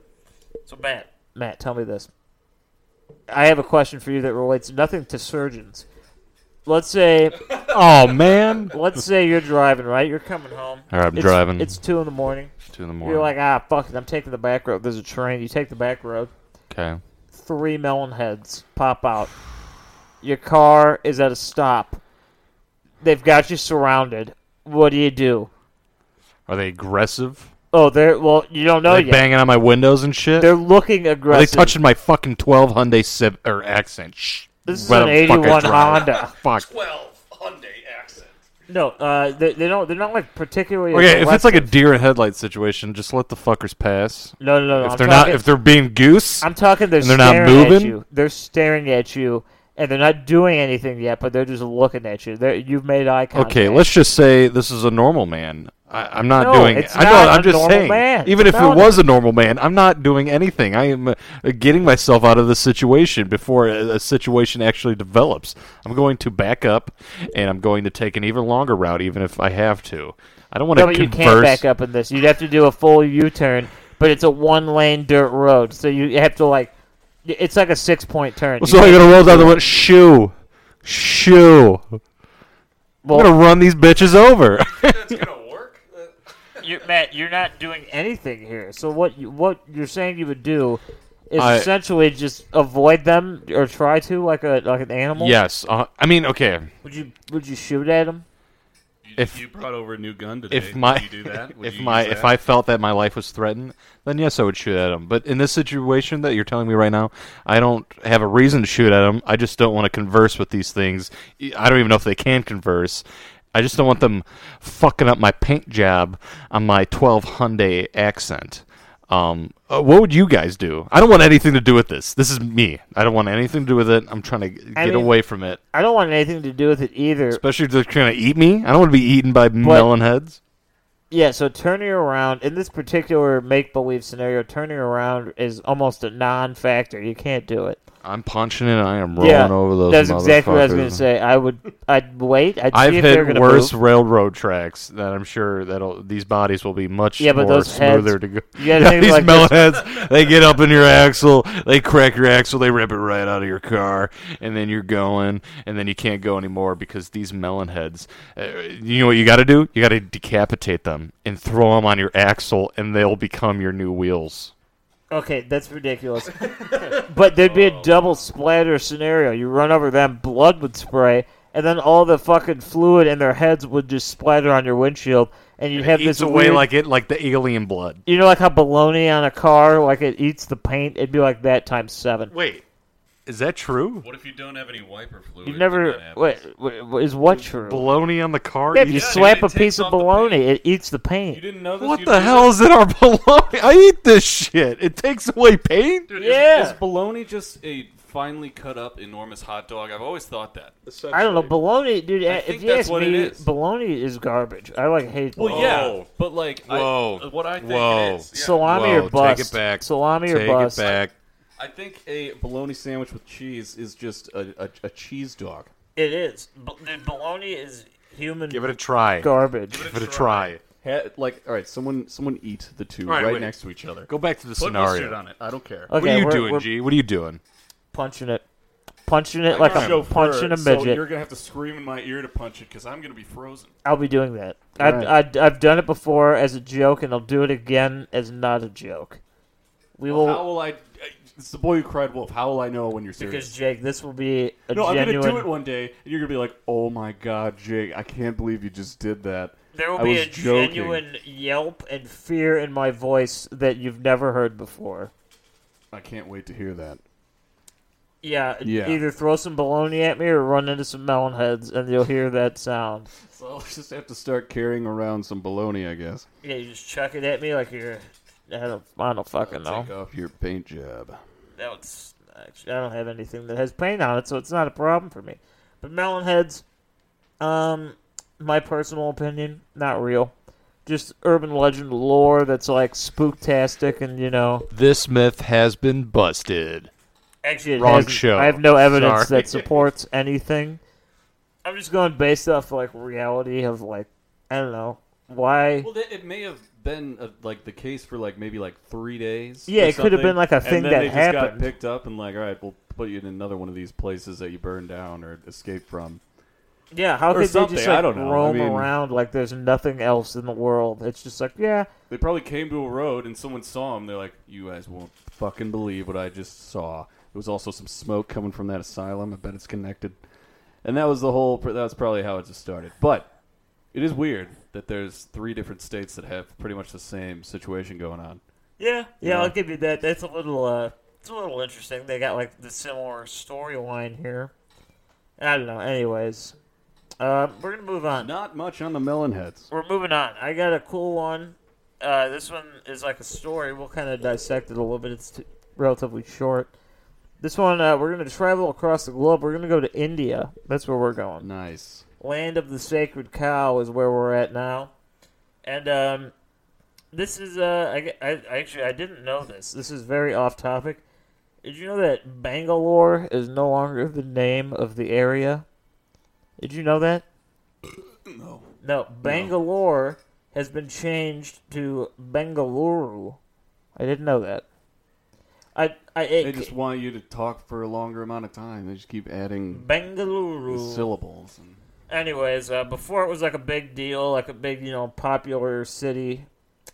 Speaker 1: So Matt, Matt, tell me this. I have a question for you that relates nothing to surgeons. Let's say,
Speaker 3: Oh man!
Speaker 1: let's say you're driving, right? You're coming home.
Speaker 3: All right, I'm
Speaker 1: It's-
Speaker 3: driving.
Speaker 1: It's two in the morning.
Speaker 3: Two in the morning.
Speaker 1: You're like, ah, fuck it. I'm taking the back road. There's a train. You take the back road.
Speaker 3: okay.
Speaker 1: Three melon heads pop out. Your car is at a stop. They've got you surrounded. What do you do?
Speaker 3: Are they aggressive?
Speaker 1: Oh, they're well. You don't know
Speaker 3: Are they
Speaker 1: yet.
Speaker 3: banging on my windows and shit?
Speaker 1: They're looking
Speaker 3: Are they
Speaker 1: aggressive.
Speaker 3: touching my fucking twelve Hyundai Civ- or accent? Shh.
Speaker 1: This is
Speaker 3: Let
Speaker 1: an
Speaker 3: 'em fucking
Speaker 1: '81
Speaker 3: drive.
Speaker 1: Honda.
Speaker 3: Fuck.
Speaker 4: 12 Hyundai accent
Speaker 1: No, uh, they, they don't. They're not like particularly.
Speaker 3: Okay, if it's like a
Speaker 1: aggressive.
Speaker 3: deer in headlight situation, just let the fuckers pass.
Speaker 1: no, no, no.
Speaker 3: If
Speaker 1: I'm
Speaker 3: they're
Speaker 1: talking,
Speaker 3: not, if they're being goose,
Speaker 1: I'm talking, they're
Speaker 3: and they're not
Speaker 1: staring at
Speaker 3: moving?
Speaker 1: you. They're staring at you, and they're not doing anything yet, but they're just looking at you. They're, you've made eye contact.
Speaker 3: Okay, let's just say this is a normal man. I, I'm not
Speaker 1: No,
Speaker 3: doing.
Speaker 1: it's
Speaker 3: I know.
Speaker 1: not
Speaker 3: I'm
Speaker 1: a
Speaker 3: just
Speaker 1: normal
Speaker 3: saying.
Speaker 1: man.
Speaker 3: Even if
Speaker 1: No,
Speaker 3: it
Speaker 1: no.
Speaker 3: was a normal man, I'm not doing anything. I am uh, getting myself out of the situation before a, a situation actually develops. I'm going to back up, and I'm going to take an even longer route, even if I have to. I don't want
Speaker 1: No,
Speaker 3: to
Speaker 1: but you
Speaker 3: converse.
Speaker 1: can't back up in this. You'd have to do a full U-turn, but it's a one-lane dirt road, so you have to like. It's like a six-point turn. You
Speaker 3: Well, so I'm
Speaker 1: can't-
Speaker 3: gonna roll down the window. Shoo, shoo.
Speaker 1: Well-
Speaker 3: I'm gonna run these bitches over.
Speaker 4: that's gonna work
Speaker 1: you Matt, you're not doing anything here. So what you, what you're saying you would do is
Speaker 3: I-
Speaker 1: essentially just avoid them or try to like a like an animal.
Speaker 3: yes. Uh, I mean, okay.
Speaker 1: Would you would you shoot at them?
Speaker 4: You,
Speaker 3: If-
Speaker 4: you brought over a new gun today,
Speaker 3: if my
Speaker 4: would you do that? Would
Speaker 3: if
Speaker 4: you
Speaker 3: my
Speaker 4: use
Speaker 3: if
Speaker 4: that?
Speaker 3: I felt that my life was threatened, then yes, I would shoot at him. But in this situation that you're telling me right now, I don't have a reason to shoot at him. I just don't want to converse with these things. I don't even know if they can converse. I just don't want them fucking up my paint job on my 12 Hyundai accent. Um, uh, what would you guys do? I don't want anything to do with this. This is me. I don't want anything to do with it. I'm trying to g- get
Speaker 1: I mean-
Speaker 3: away from it.
Speaker 1: I don't want anything to do with it either.
Speaker 3: Especially if they're trying to eat me. I don't want to be eaten by melon heads.
Speaker 1: Yeah, so turning around in this particular make believe scenario, turning around is almost a non factor. You can't do it.
Speaker 3: I'm punching and I am rolling over those.
Speaker 1: that's exactly what I was going
Speaker 3: motherfuckers.
Speaker 1: to say. I would, I'd wait. I'd
Speaker 3: I've
Speaker 1: see if they're going
Speaker 3: hit
Speaker 1: to
Speaker 3: worse
Speaker 1: Move.
Speaker 3: railroad tracks that I'm sure that'll these bodies will be much
Speaker 1: Yeah, but
Speaker 3: more
Speaker 1: those heads-
Speaker 3: smoother to go.
Speaker 1: You gotta think
Speaker 3: these
Speaker 1: like
Speaker 3: melon
Speaker 1: this.
Speaker 3: heads, they get up in your axle, they crack your axle, they rip it right out of your car, and then you're going, and then you can't go anymore because these melon heads. Uh, you know what you got to do? You got to decapitate them and throw them on your axle, and they'll become your new wheels.
Speaker 1: Okay, that's ridiculous. but there'd be a double splatter scenario. You run over them, blood would spray, and then all the fucking fluid in their heads would just splatter on your windshield, and you'd have
Speaker 3: Eats
Speaker 1: this
Speaker 3: away
Speaker 1: weird-
Speaker 3: like it, like the alien blood.
Speaker 1: you know, like how bologna on a car, like it eats the paint. It'd be like that times seven.
Speaker 3: Wait, is that true?
Speaker 4: What if you don't have any wiper fluid?
Speaker 1: You've
Speaker 4: when that
Speaker 1: never
Speaker 4: happens?
Speaker 1: wait, wait, wait, is what true?
Speaker 3: Bologna on the car.
Speaker 1: Yeah, if you
Speaker 3: eats-
Speaker 1: slap
Speaker 4: dude,
Speaker 1: a
Speaker 4: it
Speaker 1: piece
Speaker 4: takes
Speaker 1: of
Speaker 4: off the
Speaker 1: bologna, it eats the
Speaker 4: You
Speaker 1: paint.
Speaker 4: didn't know this.
Speaker 3: What
Speaker 4: You
Speaker 3: the
Speaker 4: didn't know
Speaker 3: hell
Speaker 4: this?
Speaker 3: is in our bologna? I eat this shit. It takes away pain.
Speaker 4: Dude,
Speaker 1: Yeah.
Speaker 4: Is, is bologna just a finely cut up enormous hot dog? I've always thought that.
Speaker 1: I don't know bologna, dude. eh,
Speaker 4: I
Speaker 1: if
Speaker 4: think
Speaker 1: you
Speaker 4: that's
Speaker 1: ask
Speaker 4: what
Speaker 1: me,
Speaker 4: it is.
Speaker 1: bologna is garbage. I like hate.
Speaker 4: Well,
Speaker 1: bologna.
Speaker 4: yeah, but like, I, uh,
Speaker 3: Whoa.
Speaker 4: what I think
Speaker 3: Whoa.
Speaker 4: it is, yeah.
Speaker 1: salami
Speaker 3: Whoa,
Speaker 1: or bust.
Speaker 3: Take it back.
Speaker 1: Salami
Speaker 3: take
Speaker 1: or bust.
Speaker 3: it back.
Speaker 4: I think a bologna sandwich with cheese is just a, a, a cheese dog.
Speaker 1: It is. Bo- dude, bologna is human
Speaker 3: Give it a try.
Speaker 1: garbage.
Speaker 3: Give it a try.
Speaker 4: Ha- like, all right, someone someone eat the two
Speaker 3: All right,
Speaker 4: right,
Speaker 3: wait.
Speaker 4: next to each other.
Speaker 3: Go back to the
Speaker 4: Put mustard
Speaker 3: scenario.
Speaker 4: on it. I don't care.
Speaker 1: Okay,
Speaker 3: what are you
Speaker 1: we're,
Speaker 3: doing,
Speaker 1: we're
Speaker 3: G? What are you doing?
Speaker 1: punching it, punching it like
Speaker 4: I'm
Speaker 1: I'm punching a midget.
Speaker 4: So you're gonna have to scream in my ear to punch it because I'm gonna be frozen.
Speaker 1: I'll be doing that. I've, I've, I've done it before as a joke, and I'll do it again as not a joke. We will,
Speaker 4: How will I? uh, It's the boy who cried wolf. How will I know when you're serious?
Speaker 1: because Jake, this will be a
Speaker 4: no, I'm
Speaker 1: genuine.
Speaker 4: gonna do it one day, and you're gonna be like, "Oh my god, Jake! I can't believe you just did that."
Speaker 1: There will
Speaker 4: I
Speaker 1: be
Speaker 4: was
Speaker 1: a
Speaker 4: joking.
Speaker 1: genuine yelp and fear in my voice that you've never heard before.
Speaker 4: I can't wait to hear that.
Speaker 1: Yeah,
Speaker 4: Yeah.
Speaker 1: either throw some bologna at me or run into some melon heads, and you'll hear that sound.
Speaker 4: So I'll just have to start carrying around some bologna, I guess.
Speaker 1: Yeah, you just chuck it at me like you're. I don't, I don't fucking know.
Speaker 4: Take off your paint job.
Speaker 1: That was, actually, I don't have anything that has paint on it, so it's not a problem for me. But melon heads, um, my personal opinion, not real. Just urban legend lore that's like spooktastic, and you know,
Speaker 3: This myth has been busted.
Speaker 1: actually, it
Speaker 3: Wrong
Speaker 1: hasn't-
Speaker 3: show.
Speaker 1: I have no evidence
Speaker 3: Sorry.
Speaker 1: that supports anything. I'm just going based off like reality of like I don't know why.
Speaker 4: Well, that, it may have been uh like the case for like maybe like three days.
Speaker 1: Yeah,
Speaker 4: or
Speaker 1: it could have
Speaker 4: something,
Speaker 1: been, like, a thing
Speaker 4: and then
Speaker 1: that
Speaker 4: they just
Speaker 1: happened.
Speaker 4: Got picked up and like, all right, we'll put you in another one of these places that you burned down or escaped from.
Speaker 1: yeah, how
Speaker 4: or
Speaker 1: could they just
Speaker 4: something, I
Speaker 1: like
Speaker 4: don't know. I
Speaker 1: roam
Speaker 4: mean-
Speaker 1: around like there's nothing else in the world? It's just like yeah,
Speaker 4: They probably came to a road and someone saw them. They're like, "You guys won't fucking believe what I just saw." There was also some smoke coming from that asylum. I bet it's connected. And that was the whole. pr- That's probably how it just started. But it is weird that there's three different states that have pretty much the same situation going on.
Speaker 1: Yeah, yeah,
Speaker 4: know?
Speaker 1: I'll give you that. That's a little, uh, it's a little interesting. They got like the similar storyline here. I don't know. Anyways, uh, we're gonna move on.
Speaker 4: Not much on the melon heads.
Speaker 1: We're moving on. I got a cool one. Uh, this one is like a story. We'll kind of dissect it a little bit. It's t- relatively short. This one, uh, we're gonna travel across the globe. We're gonna go to India. That's where we're going
Speaker 4: Nice.
Speaker 1: land of the sacred cow is where we're at now and um, this is uh, I, I I- actually i didn't know this this is very off topic did you know that bangalore is no longer the name of the area did you know that no no bangalore has been changed to bengaluru i didn't know that i i
Speaker 4: They
Speaker 1: it,
Speaker 4: just want you to talk for a longer amount of time. They just keep adding
Speaker 1: bengaluru
Speaker 4: syllables. And
Speaker 1: anyways, uh, before it was like a big deal, like a big, you know, popular city,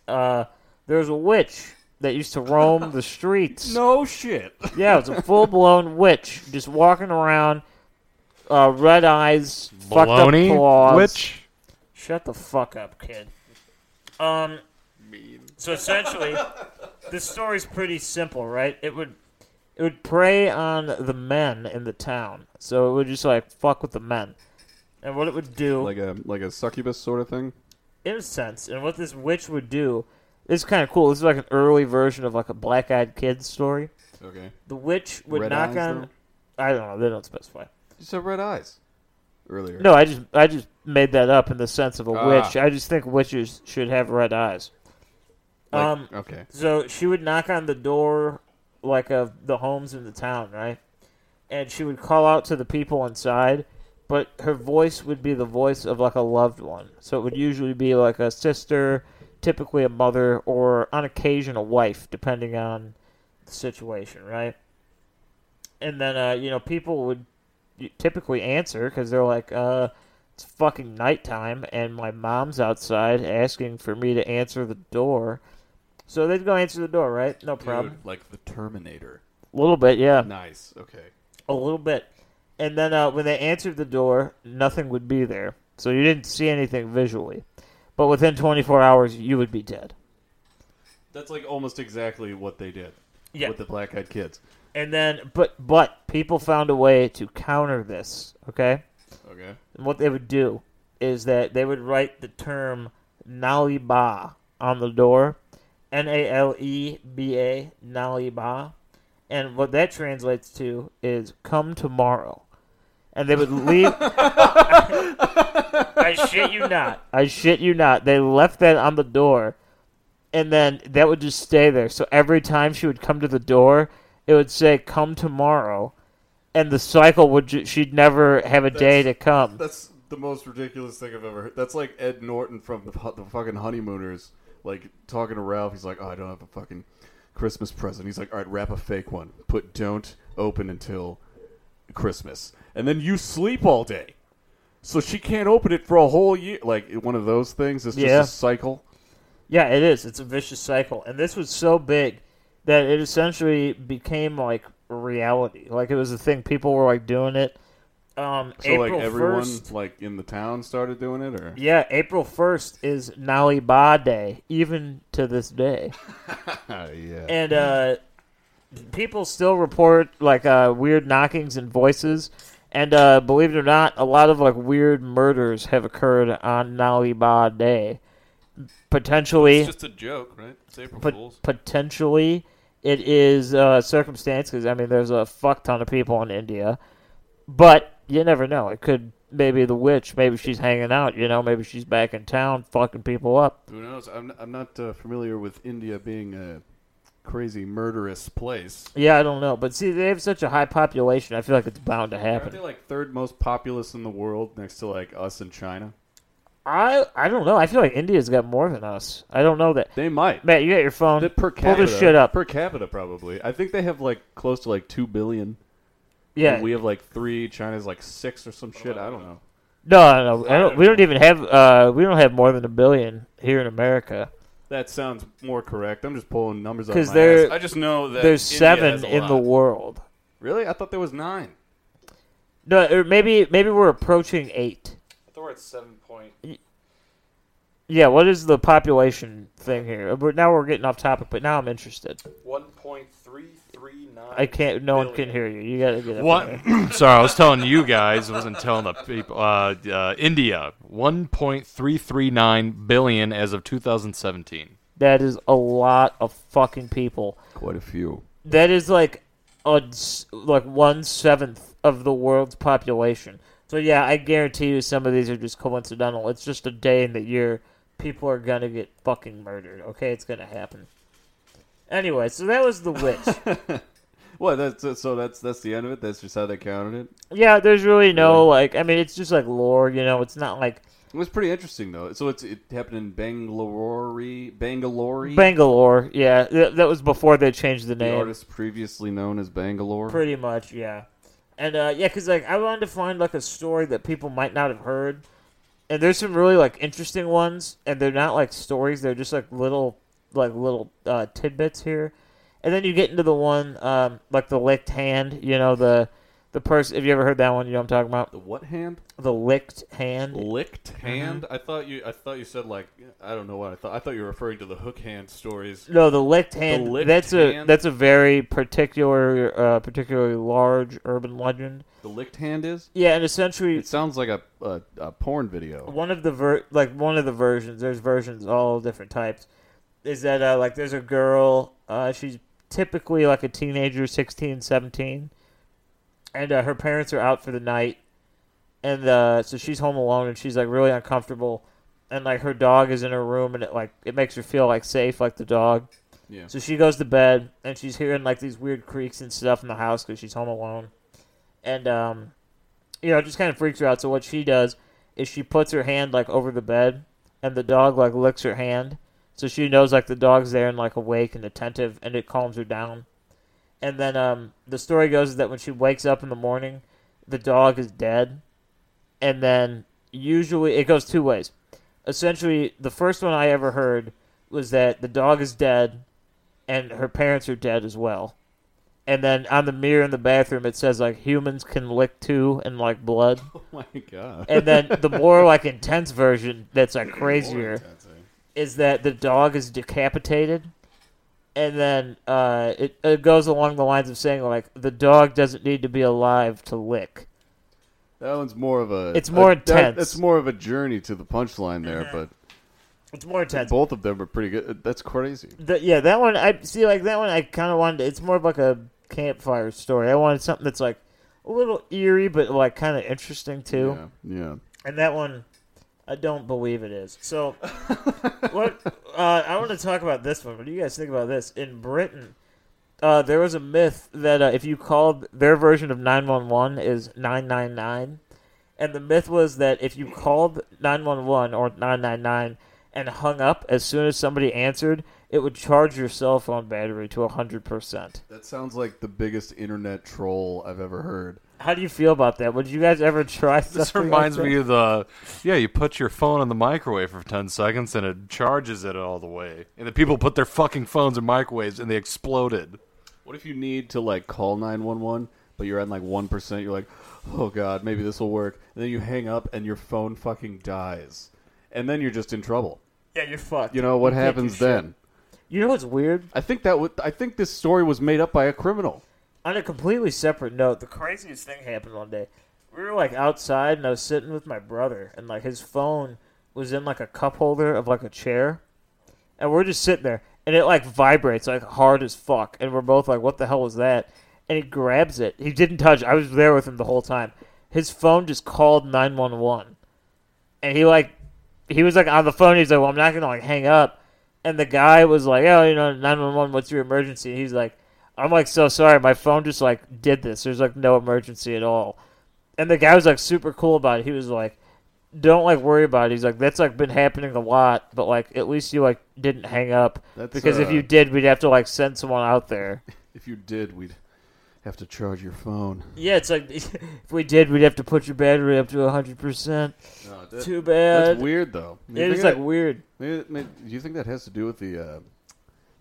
Speaker 1: uh, there was a witch that used to roam the streets.
Speaker 4: no shit.
Speaker 1: Yeah, it was a full blown witch just walking around, uh, red eyes,
Speaker 3: Bologna,
Speaker 1: fucked up claws.
Speaker 3: which
Speaker 1: Shut the fuck up, kid. Um, so essentially, this story's pretty simple, right? It would it would prey on the men in the town, so it would just like fuck with the men. And what it would do,
Speaker 4: like a like a succubus sort of thing.
Speaker 1: incense and what this witch would do this is kind of cool this is like an early version of like a black-eyed kid story
Speaker 4: Okay.
Speaker 1: the witch would
Speaker 4: Red
Speaker 1: knock
Speaker 4: eyes,
Speaker 1: on i don't know they don't specify
Speaker 4: You said red eyes earlier.
Speaker 1: no i just i just made that up in the sense of a
Speaker 3: Ah.
Speaker 1: witch. I just think witches should have red eyes.
Speaker 3: Like,
Speaker 1: um,
Speaker 3: okay.
Speaker 1: so she would knock on the door, like of the homes in the town, right? And she would call out to the people inside, but her voice would be the voice of like a loved one. So it would usually be like a sister, typically a mother, or on occasion a wife, depending on the situation, right? And then uh, you know people would typically answer because they're like, uh, it's fucking nighttime, and my mom's outside asking for me to answer the door. So they'd go answer the door, right? No problem.
Speaker 4: like the Terminator.
Speaker 1: A little bit, yeah.
Speaker 4: Nice. Okay.
Speaker 1: A little bit. And then uh, when they answered the door, nothing would be there. So you didn't see anything visually. But within 24 hours, you would be dead.
Speaker 4: That's like almost exactly what they did
Speaker 1: Yeah.
Speaker 4: with the Black Eyed Kids.
Speaker 1: And then, but, but people found a way to counter this, okay?
Speaker 4: Okay.
Speaker 1: And what they would do is that they would write the term Naliba on the door. N A L E B A, Naliba. And what that translates to is come tomorrow. And they would leave. I shit you not. I shit you not. They left that on the door. And then that would just stay there. So every time she would come to the door, it would say, come tomorrow. And the cycle would, ju- she'd never have a day to come.
Speaker 4: That's the most ridiculous thing I've ever heard. That's like Ed Norton from the, fu- the fucking Honeymooners, like talking to Ralph. He's like, "Oh, I don't have a fucking Christmas present." He's like, "All right, wrap a fake one. Put don't open until Christmas, and then you sleep all day, so she can't open it for a whole year." Like one of those things. It's just
Speaker 1: Yeah.
Speaker 4: a cycle.
Speaker 1: Yeah, it is. It's a vicious cycle. And this was so big that it essentially became like reality. Like it was a thing people were like doing it. Um
Speaker 4: So
Speaker 1: April
Speaker 4: like everyone
Speaker 1: 1st,
Speaker 4: like in the town started doing it, or
Speaker 1: Yeah, April 1st is Nali Ba Day even to this day.
Speaker 4: yeah.
Speaker 1: And uh people still report like uh weird knockings and voices. And uh, believe it or not, a lot of like weird murders have occurred on Nali Ba Day. Potentially,
Speaker 5: It's just a joke, right? It's April
Speaker 1: Pot-
Speaker 5: Fool's.
Speaker 1: potentially it is uh, circumstance because I mean there's a fuck ton of people in India, but you never know. It could maybe the witch. Maybe she's hanging out. You know, maybe she's back in town fucking people up.
Speaker 4: Who knows? I'm, I'm not uh, familiar with India being a crazy murderous place.
Speaker 1: Yeah, I don't know. But see, they have such a high population. I feel like it's bound to
Speaker 4: Aren't they
Speaker 1: happen.
Speaker 4: like third most populous in the world, next to like us and China?
Speaker 1: I I don't know. I feel like India's got more than us. I don't know that.
Speaker 4: They might.
Speaker 1: Matt, you got your phone.
Speaker 4: The per
Speaker 1: Pull
Speaker 4: capita,
Speaker 1: this shit up.
Speaker 4: Per capita, probably. I think they have like close to like two billion.
Speaker 1: yeah.
Speaker 4: And we have like three. China's like six or some shit. I don't know.
Speaker 1: no, no, no. I don't, we don't even have. Uh, we don't have more than a billion here in America.
Speaker 4: That sounds more correct. I'm just pulling numbers out.
Speaker 1: 'Cause
Speaker 4: Because
Speaker 1: they're-
Speaker 5: I just know that
Speaker 1: There's
Speaker 5: India
Speaker 1: seven
Speaker 5: has a
Speaker 1: in the
Speaker 5: lot.
Speaker 1: world.
Speaker 4: really. I thought there was nine.
Speaker 1: No, or maybe maybe we're approaching eight.
Speaker 3: I thought we're at seven point.
Speaker 1: Yeah, what is the population thing here? But now we're getting off topic, but now I'm interested.
Speaker 3: 1.339.
Speaker 1: I can't. No one can hear you. You gotta get up in there.
Speaker 3: What? Sorry, I was telling you guys. I wasn't telling the people. Uh, uh, India, 1.339 billion as of 2017.
Speaker 1: That is a lot of fucking people.
Speaker 4: Quite a few.
Speaker 1: That is like a s- like one seventh of the world's population. So yeah, I guarantee you some of these are just coincidental. It's just a day in the year people are gonna get fucking murdered. Okay, it's gonna happen. Anyway, so that was the witch.
Speaker 4: Well, that's that's- so that's that's the end of it. That's just how they counted it.
Speaker 1: Yeah, there's really no like. I mean, it's just like lore, you know. It's not like
Speaker 4: It was pretty interesting though. So it's it happened in Bangalore, Bangalore.
Speaker 1: Bangalore. Yeah, th- that was before they changed the
Speaker 4: the
Speaker 1: name.
Speaker 4: artist previously known as Bangalore.
Speaker 1: Pretty much, yeah. And uh, yeah, because like I wanted to find like a story that people might not have heard, and there's some really like interesting ones, and they're not like stories; they're just like little like little uh, tidbits here. And then you get into the one um, like the licked hand, you know the the person. If you ever heard that one, you know what I'm talking about
Speaker 4: The what hand? Mm-hmm.
Speaker 1: the licked hand.
Speaker 4: Licked hand? I thought you. I thought you said like I don't know what I thought. I thought you were referring to the hook hand stories.
Speaker 1: No, the licked hand.
Speaker 4: licked
Speaker 1: that's a
Speaker 4: hand?
Speaker 1: that's a very particular, uh, particularly large urban legend.
Speaker 4: The licked hand is.
Speaker 1: Yeah, and essentially
Speaker 4: It sounds like a a, a porn video.
Speaker 1: one of the ver- like one of the versions. There's versions all different types. Is that uh, like there's a girl? Uh, she's typically like a teenager, 16, 17. and uh, her parents are out for the night, and uh, so she's home alone and she's like really uncomfortable, and like her dog is in her room and it like it makes her feel like safe, like the dog.
Speaker 4: Yeah.
Speaker 1: So she goes to bed and she's hearing like these weird creaks and stuff in the house because she's home alone, and um, you know, it just kind of freaks her out. So what she does is she puts her hand like over the bed, and the dog like licks her hand, so she knows like the dog's there and like awake and attentive, and it calms her down. And then um, the story goes that when she wakes up in the morning, the dog is dead, and then usually it goes two ways. Essentially, the first one I ever heard was that the dog is dead, and her parents are dead as well. And then on the mirror in the bathroom, it says like humans can lick too and like blood.
Speaker 4: Oh my god.
Speaker 1: And then the more like intense version that's like crazier is that the dog is decapitated, and then uh, it, it goes along the lines of saying like the dog doesn't need to be alive to lick.
Speaker 4: That one's more of a.
Speaker 1: It's more
Speaker 4: a-
Speaker 1: intense.
Speaker 4: That, it's more of a journey to the punchline there, but
Speaker 1: It's more intense.
Speaker 4: both of them are pretty good. That's crazy.
Speaker 1: The, yeah, that one I see. Like that one, I kind of wanted. It's more of like a campfire story. I wanted something that's like a little eerie, but like kind of interesting too.
Speaker 4: Yeah. Yeah.
Speaker 1: And that one, I don't believe it is. So, what uh, I want to talk about this one. What do you guys think about this? In Britain, uh, there was a myth that uh, if you called their version of nine one one is nine nine nine, and the myth was that if you called nine one one or nine nine nine and hung up as soon as somebody answered, it would charge your cell phone battery to hundred percent.
Speaker 4: That sounds like the biggest internet troll I've ever heard.
Speaker 1: How do you feel about that? Would you guys ever try?
Speaker 3: This
Speaker 1: something like
Speaker 3: reminds
Speaker 1: that?
Speaker 3: me of the yeah. You put your phone in the microwave for ten seconds and it charges it all the way. And the people put their fucking phones in microwaves and they exploded.
Speaker 4: What if you need to like call nine one one, but you're at like one percent? You're like, oh god, maybe this will work. And then you hang up, and your phone fucking dies, and then you're just in trouble.
Speaker 1: Yeah, you're fucked.
Speaker 4: You know what
Speaker 1: You can't do
Speaker 4: happens
Speaker 1: shit.
Speaker 4: then?
Speaker 1: You know what's weird?
Speaker 4: I think that would. I think this story was made up by a criminal.
Speaker 1: On a completely separate note, the craziest thing happened one day. We were like outside, and I was sitting with my brother, and like his phone was in like a cup holder of like a chair, and we're just sitting there, and it like vibrates like hard as fuck, and we're both like, "What the hell was that?" And he grabs it. He didn't touch. it. I was there with him the whole time. His phone just called nine one one, and he like he was like on the phone. He's like, "Well, I'm not gonna like hang up." And the guy was like, "Oh, you know, nine one one. What's your emergency?" And he's like, "I'm like so sorry. My phone just like did this. There's like no emergency at all." And the guy was like super cool about it. He was like, "Don't like worry about it." He's like, "That's like been happening a lot, but like at least you like didn't hang up
Speaker 4: That's,
Speaker 1: because if
Speaker 4: uh,
Speaker 1: you did, we'd have to like send someone out there."
Speaker 4: If you did, we'd have to charge your phone.
Speaker 1: yeah, it's like if we did, we'd have to put your battery up to hundred percent. Too bad.
Speaker 4: That's weird though. I mean,
Speaker 1: It
Speaker 4: they
Speaker 1: was
Speaker 4: got-
Speaker 1: like weird.
Speaker 4: Maybe, maybe, do you think that has to do with the? Uh,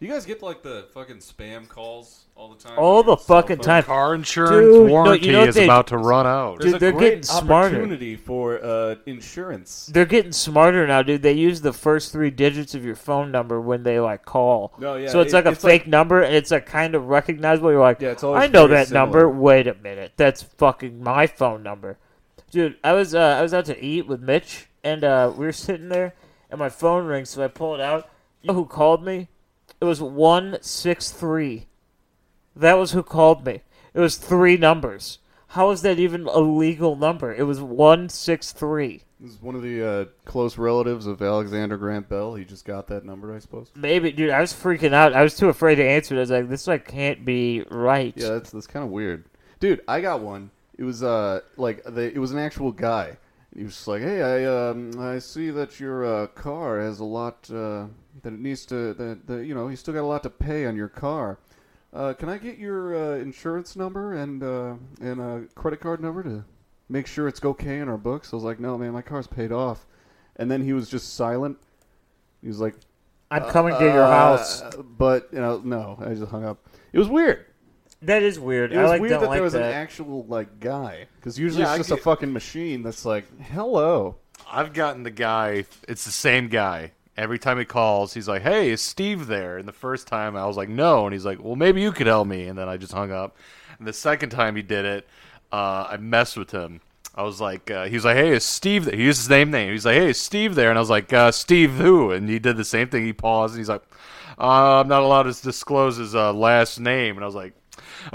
Speaker 6: You guys get like the fucking spam calls all the time.
Speaker 1: All the fucking time.
Speaker 3: Car insurance
Speaker 1: Dude, no,
Speaker 3: warranty
Speaker 1: you know what
Speaker 3: is
Speaker 1: they-
Speaker 3: about to run out.
Speaker 1: Dude, they're getting smarter.
Speaker 4: opportunity for uh, insurance.
Speaker 1: They're getting smarter now, dude. They use the first three digits of your phone number when they like call.
Speaker 4: No, yeah,
Speaker 1: So it's
Speaker 4: it-
Speaker 1: like a
Speaker 4: it's
Speaker 1: fake number, and it's like kind of recognizable. You're like,
Speaker 4: Yeah, it's always
Speaker 1: I know
Speaker 4: very
Speaker 1: that
Speaker 4: similar.
Speaker 1: number. Wait a minute, that's fucking my phone number, dude. I was uh, I was out to eat with Mitch, and uh, we were sitting there, and my phone rings, so I pull it out. You know who called me? It was one six three. That was who called me. It was three numbers. How is that even a legal number? It was one six three.
Speaker 4: This is one of the uh, close relatives of Alexander Grant Bell. He just got that number, I suppose.
Speaker 1: Maybe, dude. I was freaking out. I was too afraid to answer. it. I was like, "This like can't be right."
Speaker 4: Yeah, that's that's kind of weird, dude. I got one. It was uh like they, it was an actual guy. He was just like, "Hey, I um I see that your uh, car has a lot uh, that it needs to that, that you know you still got a lot to pay on your car. Uh, can I get your uh, insurance number and uh, and uh, credit card number to make sure it's okay in our books?" I was like, "No, man, my car's paid off." And then he was just silent. He was like,
Speaker 1: I'm coming to your house.
Speaker 4: "Uh, but you know, no, I just hung up. It was weird.
Speaker 1: That is weird.
Speaker 4: It
Speaker 1: I
Speaker 4: was
Speaker 1: like
Speaker 4: weird
Speaker 1: don't
Speaker 4: that
Speaker 1: like
Speaker 4: there was
Speaker 1: that.
Speaker 4: an actual like guy because usually
Speaker 3: Yeah, I
Speaker 4: it's just a
Speaker 3: get-
Speaker 4: fucking machine that's like, "Hello."
Speaker 3: I've gotten the guy. It's the same guy. Every time he calls, he's like, "Hey, is Steve there?" And the first time I was like, "No," and he's like, "Well, maybe you could help me." And then I just hung up. And the second time he did it, uh, I messed with him. I was like, uh, he was like, "Hey, is Steve?" There? He used his name name. He's like, "Hey, is Steve there?" And I was like, uh, "Steve who?" And he did the same thing. He paused and he's like, uh, "I'm not allowed to disclose his uh, last name." And I was like,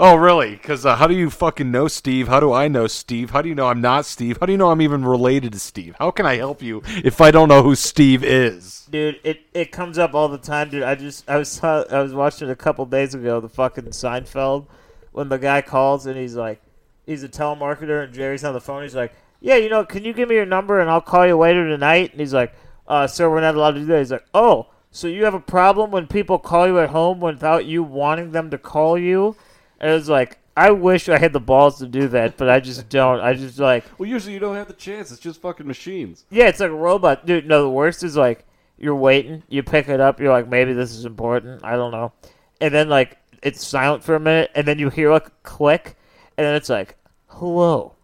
Speaker 3: Oh, really? Because uh, how do you fucking know Steve? How do I know Steve? How do you know I'm not Steve? How do you know I'm even related to Steve? How can I help you if I don't know who Steve is?
Speaker 1: Dude, it, it comes up all the time, dude. I just I was I was watching it a couple days ago, the fucking Seinfeld, when the guy calls and he's like, he's a telemarketer and Jerry's on the phone. He's like, yeah, you know, can you give me your number and I'll call you later tonight? And he's like, uh, sir, we're not allowed to do that. He's like, oh, so you have a problem when people call you at home without you wanting them to call you? And it was like, I wish I had the balls to do that, but I just don't. I just like.
Speaker 2: Well, usually you don't have the chance. It's just fucking machines.
Speaker 1: Yeah, it's like a robot. Dude, no, the worst is like you're waiting, you pick it up, you're like, maybe this is important, I don't know. And then like it's silent for a minute, and then you hear like a click, and then it's like, hello.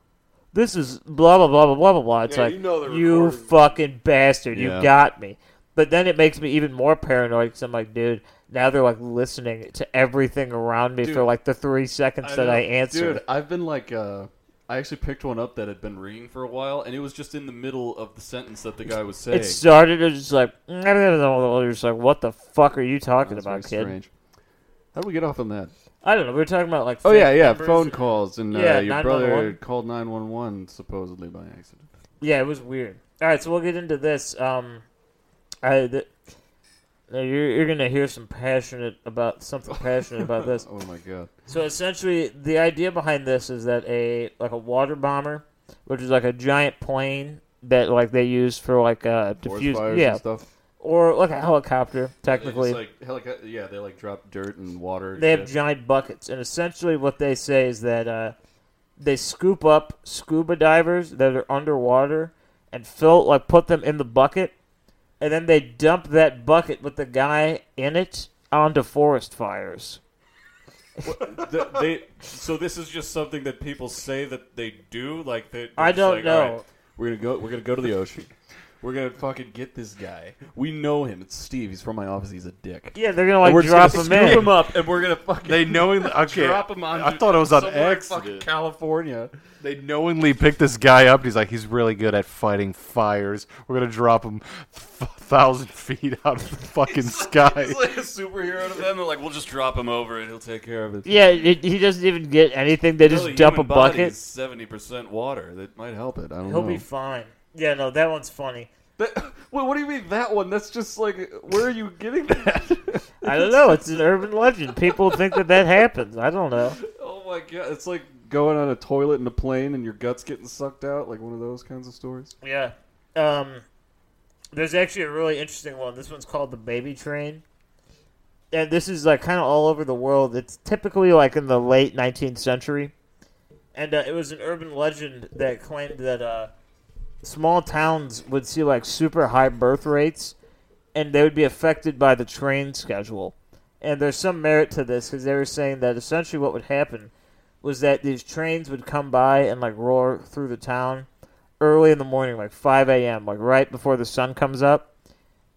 Speaker 1: This is blah blah blah blah blah blah blah. It's
Speaker 2: Yeah,
Speaker 1: like
Speaker 2: you know they're
Speaker 1: "You
Speaker 2: recording."
Speaker 1: fucking bastard,
Speaker 2: Yeah.
Speaker 1: you got me. But then it makes me even more paranoid because I'm like, dude, now they're like listening to everything around me for
Speaker 2: Dude.
Speaker 1: like the three seconds that
Speaker 2: know.
Speaker 1: I answered.
Speaker 2: Dude, I've been like, uh, I actually picked one up that had been ringing for a while, and it was just in the middle of the sentence that the guy was saying.
Speaker 1: It started it was just like you're just like what the fuck are you talking
Speaker 2: That's
Speaker 1: about,
Speaker 2: very
Speaker 1: kid?
Speaker 2: strange. How do we get off on that?
Speaker 1: I don't know. We were talking about like
Speaker 2: Oh
Speaker 1: fake
Speaker 2: yeah, yeah,
Speaker 1: numbers.
Speaker 2: phone calls and uh,
Speaker 1: Yeah,
Speaker 2: your
Speaker 1: 911.
Speaker 2: brother called nine one one supposedly by accident.
Speaker 1: Yeah, it was weird. All right, so we'll get into this. Um, I th- now you're you're gonna hear some passionate about something passionate about this.
Speaker 2: Oh my god.
Speaker 1: So essentially, the idea behind this is that a like a water bomber, which is like a giant plane that like they use for like uh
Speaker 2: Forest
Speaker 1: diffuse
Speaker 2: fires
Speaker 1: yeah
Speaker 2: and stuff.
Speaker 1: or like a helicopter
Speaker 2: It's
Speaker 1: technically.
Speaker 2: like helico- yeah, they like drop dirt and water. and
Speaker 1: They have
Speaker 2: shit.
Speaker 1: giant buckets, and essentially what they say is that uh, they scoop up scuba divers that are underwater and fill like put them in the bucket, and then they dump that bucket with the guy in it onto forest fires.
Speaker 2: Th- they so this is just something that people say that they do like they they're
Speaker 1: I
Speaker 2: just
Speaker 1: don't
Speaker 2: like,
Speaker 1: know.
Speaker 2: "All right, we're gonna go we're gonna go to the ocean we're gonna fucking get this guy we know him it's steve he's from my office he's a dick
Speaker 1: Yeah, they're gonna like
Speaker 2: And we're
Speaker 1: drop
Speaker 2: just
Speaker 1: them
Speaker 2: gonna scoop
Speaker 1: in.
Speaker 2: him up and we're gonna fucking
Speaker 3: They knowingly okay.
Speaker 2: drop him on
Speaker 3: I thought it was on
Speaker 2: somewhere in
Speaker 3: accident.
Speaker 2: fucking california
Speaker 3: They knowingly picked this guy up. And he's like, he's really good at fighting fires. We're gonna drop him f- thousand feet out of the fucking sky.
Speaker 4: He's like a superhero to them. They're like, we'll just drop him over and he'll take care of it.
Speaker 1: Yeah, it, he doesn't even get anything. They just dump a bucket.
Speaker 4: Seventy percent
Speaker 2: water that might help it i don't
Speaker 1: He'll
Speaker 2: know
Speaker 1: be fine. Yeah, no, that one's funny.
Speaker 2: That- Wait, what do you mean that one that's just like where are you getting that
Speaker 1: I don't know. It's an urban legend. People think that that happens. I don't know.
Speaker 2: oh my god it's like going on a toilet in a plane and your guts getting sucked out like one of those kinds of stories
Speaker 1: Yeah. Um, there's actually a really interesting one. This one's called the Baby Train, and this is like kind of all over the world. It's typically like in the late 19th century, and uh, it was an urban legend that claimed that uh, small towns would see like super high birth rates, and they would be affected by the train schedule. And there's some merit to this because they were saying that essentially what would happen was that these trains would come by and like roar through the town early in the morning, like 5 a.m., like right before the sun comes up.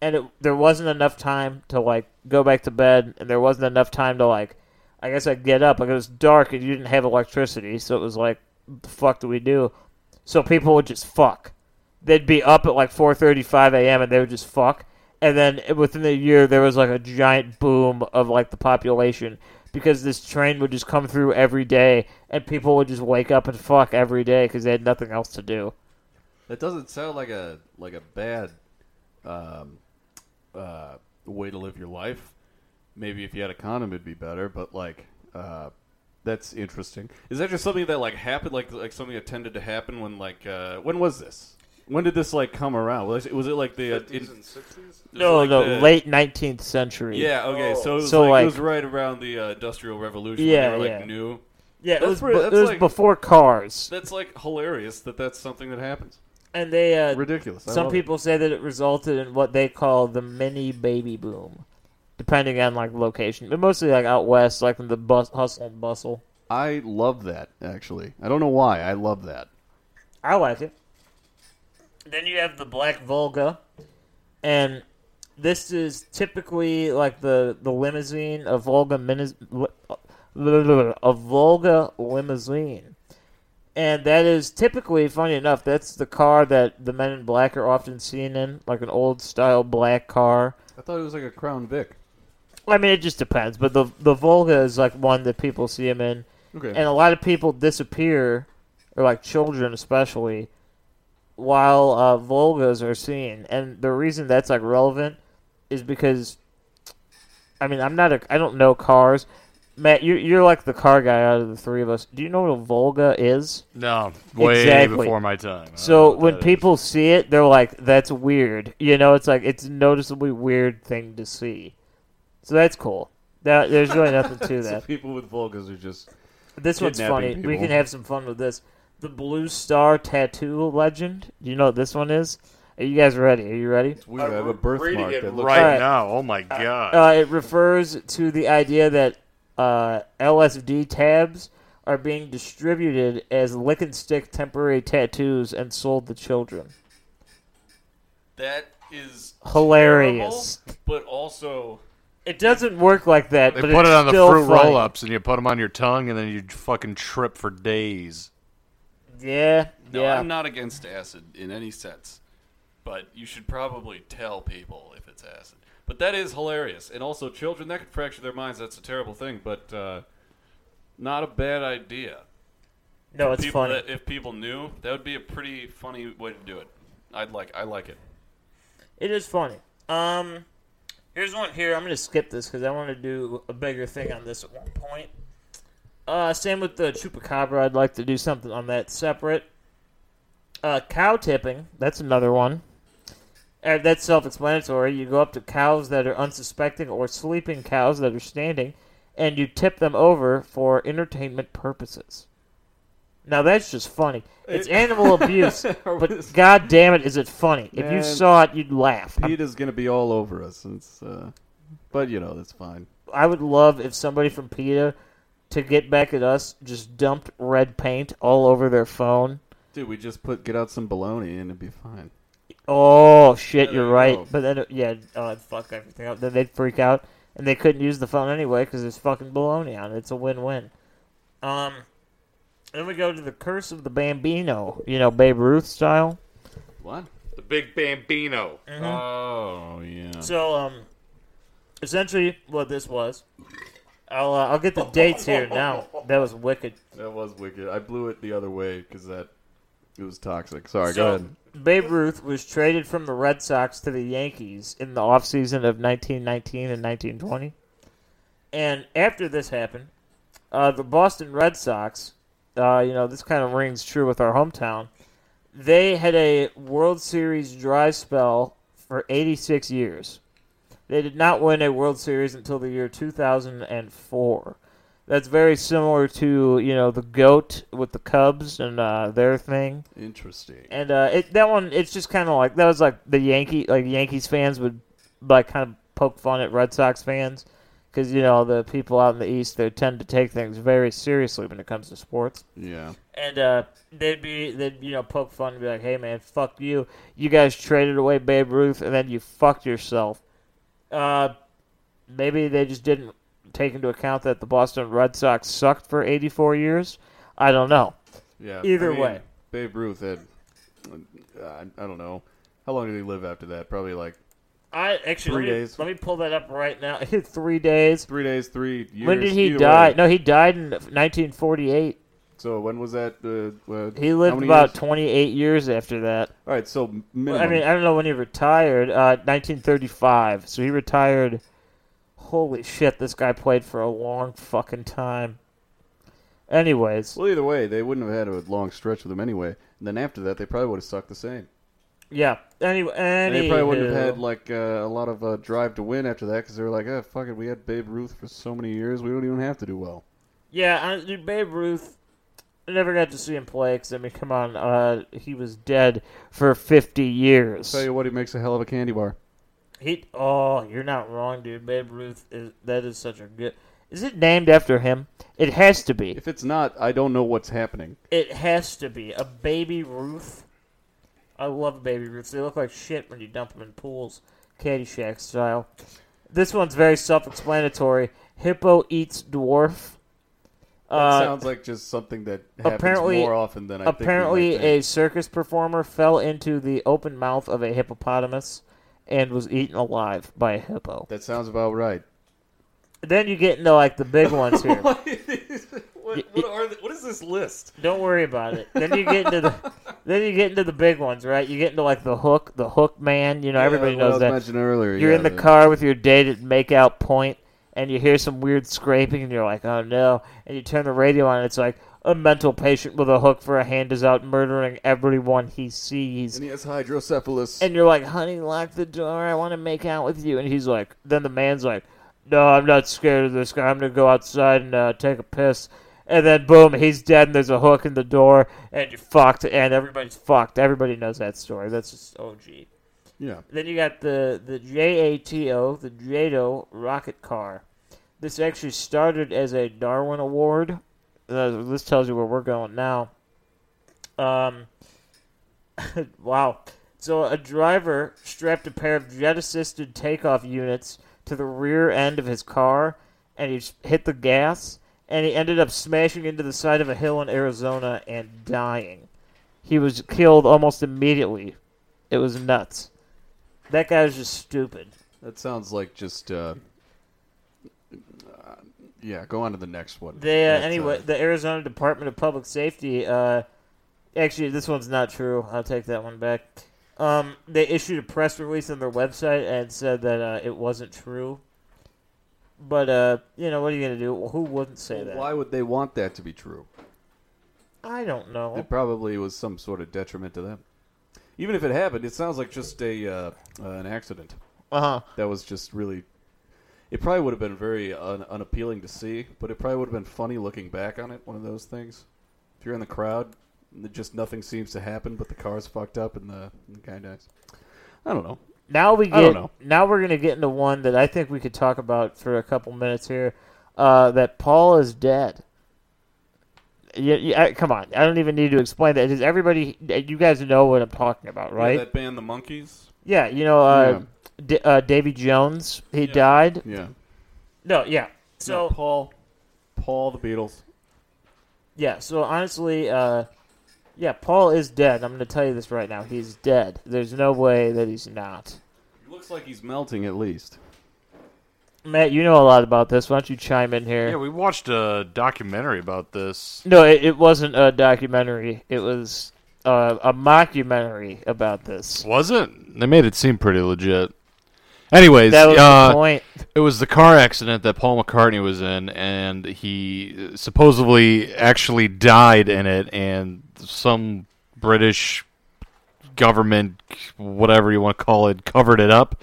Speaker 1: And it, there wasn't enough time to like go back to bed, and there wasn't enough time to like, I guess I get up. Like it was dark, and you didn't have electricity, so it was like, what the fuck do we do? So people would just fuck. They'd be up at like 4:35 a.m. and they would just fuck. And then within a year, there was like a giant boom of like the population because this train would just come through every day, and people would just wake up and fuck every day because they had nothing else to do.
Speaker 2: That doesn't sound like a like a bad um, uh, way to live your life. Maybe if you had a condom, it'd be better. But like, uh, that's interesting. Is that just something that like happened, like like something that tended to happen when like uh, when was this? When did this like come around? Was it, was it like the uh, in-
Speaker 1: No,
Speaker 2: like
Speaker 1: no,
Speaker 2: the-
Speaker 1: late nineteenth century.
Speaker 2: Yeah. Okay. So it was
Speaker 1: So,
Speaker 2: like,
Speaker 1: like-
Speaker 2: it was right around the uh, industrial revolution.
Speaker 1: Yeah,
Speaker 2: When they were, like
Speaker 1: yeah.
Speaker 2: new.
Speaker 1: yeah. It
Speaker 2: That's
Speaker 1: was,
Speaker 2: pretty-
Speaker 1: bu- it
Speaker 2: that's
Speaker 1: was
Speaker 2: like-
Speaker 1: before cars,
Speaker 2: That's like hilarious that that's something that happens.
Speaker 1: and they uh,
Speaker 2: Ridiculous. I
Speaker 1: some
Speaker 2: love it.
Speaker 1: people say that it resulted in what they call the mini baby boom, depending on like location, but mostly like out west, like in the bus hustle and bustle.
Speaker 2: I love that actually. I don't know why. I love that.
Speaker 1: I like it. Then you have the Black Volga, and this is typically like the the limousine, a Volga minis, li- a Volga limousine, and that is typically funny enough. That's the car that the Men in Black are often seen in, like an old style black car.
Speaker 2: I thought it was like a Crown Vic.
Speaker 1: I mean, it just depends. But the the Volga is like one that people see him in,
Speaker 2: Okay.
Speaker 1: and a lot of people disappear, or like children especially, while uh, Volgas are seen. And the reason that's like relevant is because, I mean, I'm not a I don't know cars. Matt, you're you're like the car guy out of the three of us. Do you know what a Volga is?
Speaker 3: No, way
Speaker 1: Exactly.
Speaker 3: before my time. I
Speaker 1: So
Speaker 3: don't know what
Speaker 1: when
Speaker 3: that is.
Speaker 1: people see it, they're like, "That's weird." You know, it's like it's a noticeably weird thing to see. So that's cool. That there's really nothing to
Speaker 2: So
Speaker 1: that.
Speaker 2: people with Volgas are just
Speaker 1: This one's funny.
Speaker 2: kidnapping
Speaker 1: We
Speaker 2: people.
Speaker 1: can have some fun with this. The Blue Star Tattoo Legend. Do you know what this one is? Are you guys ready? Are you ready?
Speaker 2: we have a birthmark that looks
Speaker 3: right
Speaker 1: Alright.
Speaker 3: now, oh my god,
Speaker 1: Uh, it refers to the idea that uh, LSD tabs are being distributed as lick and stick temporary tattoos and sold to children.
Speaker 4: That is
Speaker 1: Hilarious.
Speaker 4: terrible, but also
Speaker 1: It doesn't work like that.
Speaker 3: they
Speaker 1: but
Speaker 3: put
Speaker 1: it's
Speaker 3: it on the
Speaker 1: still
Speaker 3: fruit
Speaker 1: funny.
Speaker 3: roll-ups, and you put them on your tongue, and then you fucking trip for days.
Speaker 1: Yeah,
Speaker 4: no,
Speaker 1: yeah.
Speaker 4: I'm not against acid in any sense, but you should probably tell people if it's acid. But that is hilarious, and also children that could fracture their minds. That's a terrible thing, but uh, not a bad idea.
Speaker 1: no, it's
Speaker 4: people
Speaker 1: funny.
Speaker 4: That, if people knew, that would be a pretty funny way to do it. I'd like, I like it.
Speaker 1: It is funny. Um, here's one here. I'm gonna skip this because I want to do a bigger thing on this at one point. Uh, same with the chupacabra. I'd like to do something on that separate. Uh, cow tipping. That's another one. Uh, that's self-explanatory. You go up to cows that are unsuspecting or sleeping cows that are standing, and you tip them over for entertainment purposes. Now that's just funny. It's animal abuse, but god damn it, is it funny? If you
Speaker 2: Man.
Speaker 1: saw it, you'd laugh. I'm
Speaker 2: Pete is going to be all over us. It's, uh, but you know that's fine.
Speaker 1: I would love if somebody from PETA to get back at us just dumped red paint all over their phone.
Speaker 2: Dude, we just put get out some baloney and it'd be fine.
Speaker 1: Oh shit,
Speaker 2: there
Speaker 1: you're
Speaker 2: you
Speaker 1: right.
Speaker 2: go.
Speaker 1: But then yeah, oh, I'd fuck everything up. Then they'd freak out and they couldn't use the phone anyway because there's fucking baloney on it. It's a win-win. Um, then we go to the curse of the Bambino. You know, Babe Ruth style.
Speaker 2: What?
Speaker 3: The big bambino.
Speaker 1: Mm-hmm.
Speaker 2: Oh yeah.
Speaker 1: So, um, essentially, what this was, I'll uh, I'll get the dates here now. That was wicked.
Speaker 2: That was wicked. I blew it the other way because that it was toxic. Sorry.
Speaker 1: So,
Speaker 2: go ahead.
Speaker 1: Babe Ruth was traded from the Red Sox to the Yankees in the offseason of 1919 and 1920. And after this happened, uh, the Boston Red Sox, uh, you know, this kind of rings true with our hometown, they had a World Series dry spell for 86 years. They did not win a World Series until the year 2004. That's very similar to, you know, the GOAT with the Cubs and uh, their thing.
Speaker 2: Interesting.
Speaker 1: And uh, it, that one, it's just kind of like that was like the Yankee, like Yankees fans would like kind of poke fun at Red Sox fans because you know the people out in the East they tend to take things very seriously when it comes to sports.
Speaker 2: Yeah.
Speaker 1: And uh, they'd be they'd you know poke fun and be like, "Hey man, fuck you! You guys traded away Babe Ruth and then you fucked yourself." Uh, maybe they just didn't take into account that the Boston Red Sox sucked for 84 years. I don't know.
Speaker 2: Yeah.
Speaker 1: Either
Speaker 2: I mean,
Speaker 1: way.
Speaker 2: Babe Ruth had. I, I don't know. How long did he live after that? Probably like
Speaker 1: I actually
Speaker 2: Three
Speaker 1: let me,
Speaker 2: days.
Speaker 1: Let me pull that up right now. three days.
Speaker 2: three days, three years.
Speaker 1: when did he
Speaker 2: either
Speaker 1: die?
Speaker 2: way.
Speaker 1: No, he died in 1948.
Speaker 2: So when was that? Uh, uh,
Speaker 1: He
Speaker 2: how
Speaker 1: lived
Speaker 2: many
Speaker 1: about
Speaker 2: years?
Speaker 1: 28 years after that.
Speaker 2: All right. So minimum.
Speaker 1: I mean, I don't know when he retired. Uh, 1935. So he retired. Holy shit! This guy played for a long fucking time. Anyways,
Speaker 2: well, either way, they wouldn't have had a long stretch with him anyway. And then after that, they probably would have sucked the same.
Speaker 1: yeah. Anyway,
Speaker 2: And they probably wouldn't have
Speaker 1: anywho.
Speaker 2: had like uh, a lot of uh, drive to win after that because they were like, "Oh fuck it, we had Babe Ruth for so many years, we don't even have to do well."
Speaker 1: Yeah, I, dude, Babe Ruth. I never got to see him play because I mean, come on, uh, he was dead for 50 years.
Speaker 2: Tell you what, he makes a hell of a candy bar.
Speaker 1: He oh, you're not wrong, dude. Babe Ruth is that is such a good. Is it named after him? It has to be.
Speaker 2: If it's not, I don't know what's happening.
Speaker 1: It has to be a baby Ruth. I love baby Ruths. They look like shit when you dump them in pools, Caddyshack style. This one's very self-explanatory. Hippo eats dwarf.
Speaker 2: That sounds like just something that happens
Speaker 1: Uh, apparently-
Speaker 2: more often than I
Speaker 1: Apparently,
Speaker 2: think. we might think.
Speaker 1: a circus performer fell into the open mouth of a hippopotamus and was eaten alive by a hippo.
Speaker 2: that sounds about right.
Speaker 1: Then you get into like the big ones here.
Speaker 2: what, what are the, what is this list?
Speaker 1: Don't worry about it. Then you get into the then you get into the big ones, right? You get into like the hook, the hook man. You know, everybody
Speaker 2: Yeah, what I
Speaker 1: knows
Speaker 2: was
Speaker 1: that.
Speaker 2: mentioning earlier.
Speaker 1: You're
Speaker 2: yeah,
Speaker 1: in the car with your date at makeout point, and you hear some weird scraping, and you're like, "Oh no!" And you turn the radio on, and it's like a mental patient with a hook for a hand is out murdering everyone he sees.
Speaker 2: And he has hydrocephalus.
Speaker 1: And you're like, "Honey, lock the door. I want to make out with you." And he's like, then the man's like, "No, I'm not scared of this guy. I'm gonna go outside and uh, take a piss." And then boom, he's dead, and there's a hook in the door, and you're fucked, and everybody's fucked. Everybody knows that story. That's just OG.
Speaker 2: yeah.
Speaker 1: Then you got the the JATO, the JATO rocket car. This actually started as a Darwin Award. Uh, this tells you where we're going now. Um, wow. So a driver strapped a pair of jet-assisted takeoff units to the rear end of his car, and he s- hit the gas, and he ended up smashing into the side of a hill in Arizona and dying. He was killed almost immediately. It was nuts. That guy was just stupid.
Speaker 2: That sounds like just. Uh, uh, yeah, go on to the next one.
Speaker 1: They uh,
Speaker 2: That's,
Speaker 1: anyway, the Arizona Department of Public Safety. Uh, actually, this one's not true. I'll take that one back. Um, they issued a press release on their website and said that uh, it wasn't true. But uh, you know, what are you gonna do? Who wouldn't say that?
Speaker 2: why would they want that to be true?
Speaker 1: I don't know.
Speaker 2: It probably was some sort of detriment to them. Even if it happened, it sounds like just a uh, uh, an accident.
Speaker 1: Uh huh.
Speaker 2: That was just really. It probably would have been very un- unappealing to see, but it probably would have been funny looking back on it. One of those things. If you're in the crowd, n- just nothing seems to happen, but the car's fucked up and the, and the guy dies. I don't know.
Speaker 1: Now we
Speaker 2: I don't
Speaker 1: get
Speaker 2: know.
Speaker 1: now we're gonna get into one that I think we could talk about for a couple minutes here. Uh, that Paul is dead. Yeah, yeah, I- come on. I don't even need to explain that. Does everybody? You guys know what I'm talking about, right?
Speaker 4: that band, the Monkeys.
Speaker 1: Yeah, you know, uh, D- uh, Davy Jones, he died.
Speaker 2: Yeah.
Speaker 1: No, yeah.
Speaker 2: No,
Speaker 1: So
Speaker 2: Paul, Paul the Beatles.
Speaker 1: yeah, so honestly, uh, yeah, Paul is dead. I'm going to tell you this right now. He's dead. There's no way that he's not.
Speaker 2: He looks like he's melting at least.
Speaker 1: Matt, you know a lot about this. Why don't you chime in here?
Speaker 3: Yeah, we watched a documentary about this.
Speaker 1: no, it, it wasn't a documentary. It was uh, a mockumentary about this.
Speaker 3: Wasn't they made it seem pretty legit? Anyways,
Speaker 1: That was
Speaker 3: uh,
Speaker 1: the point.
Speaker 3: It was the car accident that Paul McCartney was in, and he supposedly actually died in it, and some British government, whatever you want to call it, covered it up.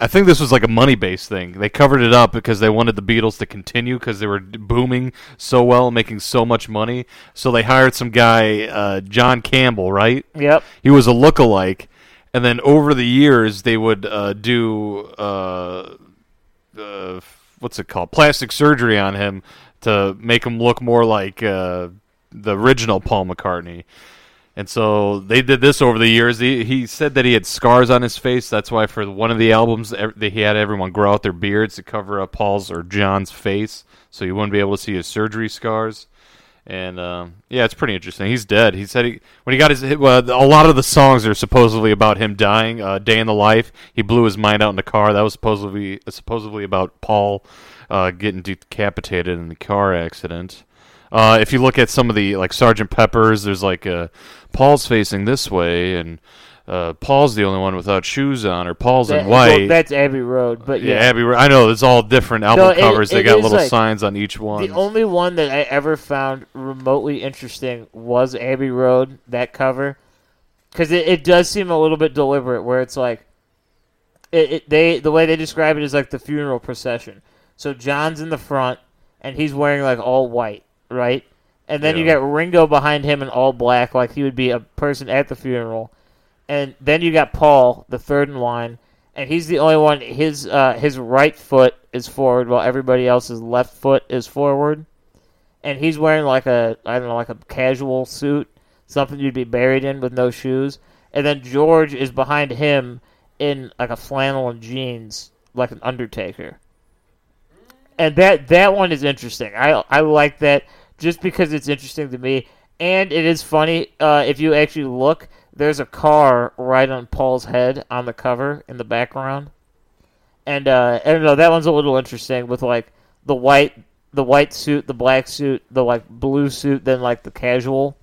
Speaker 3: I think this was like a money based thing. They covered it up because they wanted the Beatles to continue because they were booming so well, making so much money. So they hired some guy, uh, John Campbell, right?
Speaker 1: Yep.
Speaker 3: He was a lookalike, and then over the years they would uh, do uh, uh, what's it called, plastic surgery on him to make him look more like uh, the original Paul McCartney. And so they did this over the years. He, he said that he had scars on his face. That's why for one of the albums ev- that he had everyone grow out their beards to cover up Paul's or John's face, so you wouldn't be able to see his surgery scars. And um, yeah, it's pretty interesting. He's dead. He said he when he got his hit- well, a lot of the songs are supposedly about him dying. Uh, Day in the life, he blew his mind out in the car. That was supposedly supposedly about Paul uh, getting decapitated in the car accident. Uh, if you look at some of the like Sergeant Pepper's, there's like uh, Paul's facing this way, and uh, Paul's the only one without shoes on, or Paul's
Speaker 1: That-
Speaker 3: in
Speaker 1: well,
Speaker 3: white.
Speaker 1: that's Abbey Road, but
Speaker 3: yeah,
Speaker 1: yeah.
Speaker 3: Abbey. Ro- I know it's all different album
Speaker 1: No, it-
Speaker 3: covers. they
Speaker 1: it
Speaker 3: got
Speaker 1: is,
Speaker 3: little
Speaker 1: like,
Speaker 3: signs on each one.
Speaker 1: The only one that I ever found remotely interesting was Abbey Road, that cover. Because it, it does seem a little bit deliberate, where it's like, it, it, they the way they describe it is like the funeral procession. So John's in the front, and he's wearing like all white, right? And then you
Speaker 3: Yeah.
Speaker 1: got Ringo behind him in all black, like he would be a person at the funeral. And then you got Paul, the third in line, and he's the only one. His uh, his right foot is forward, while everybody else's left foot is forward. And he's wearing like a I don't know, like a casual suit, something you'd be buried in with no shoes. And then George is behind him in like a flannel and jeans, like an undertaker. And that that one is interesting. I I like that just because it's interesting to me, and it is funny. Uh, if you actually look, there's a car right on Paul's head on the cover in the background, and uh, I don't know. That one's a little interesting with like the white the white suit, the black suit, the like blue suit, then like the casual.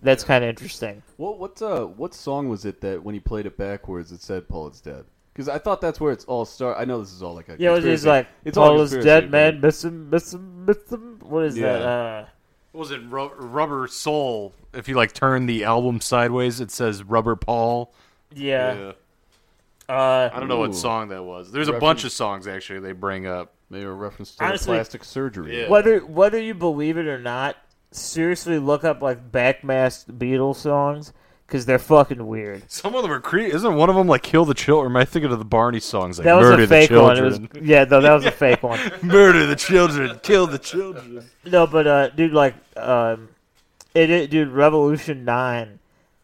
Speaker 1: That's kind of interesting.
Speaker 2: What what uh what song was it that when he played it backwards it said Paul is dead? Because I thought that's where it's all start. I know this is all like a
Speaker 1: Yeah, it was
Speaker 2: conspiracy.
Speaker 1: just like
Speaker 2: it's all
Speaker 1: all is
Speaker 2: conspiracy,
Speaker 1: dead,
Speaker 2: but-
Speaker 1: man. Miss him, miss him, miss him. What is that?
Speaker 2: Yeah.
Speaker 1: Uh,
Speaker 3: What was it? Ru- Rubber Soul. If you like turn the album sideways, it says Rubber Paul.
Speaker 1: yeah.
Speaker 3: I
Speaker 1: Uh,
Speaker 3: don't know
Speaker 2: Ooh.
Speaker 3: what song that was. There's a bunch of songs actually they bring up.
Speaker 2: They were referenced to
Speaker 1: Honestly-
Speaker 2: plastic surgery.
Speaker 3: Yeah.
Speaker 1: whether whether you believe it or not, seriously, look up like backmasked Beatles songs because they're fucking weird.
Speaker 3: Some of them are creepy. Isn't one of them like "Kill the Children"? Am I thinking of the Barney songs? Like
Speaker 1: That was
Speaker 3: "Murder
Speaker 1: a fake
Speaker 3: the
Speaker 1: one. It
Speaker 3: Children"?
Speaker 1: was yeah, no, that was a fake one.
Speaker 3: Murder the children. Kill the children.
Speaker 1: No, but uh, dude, like, um, it, it, dude, Revolution Nine.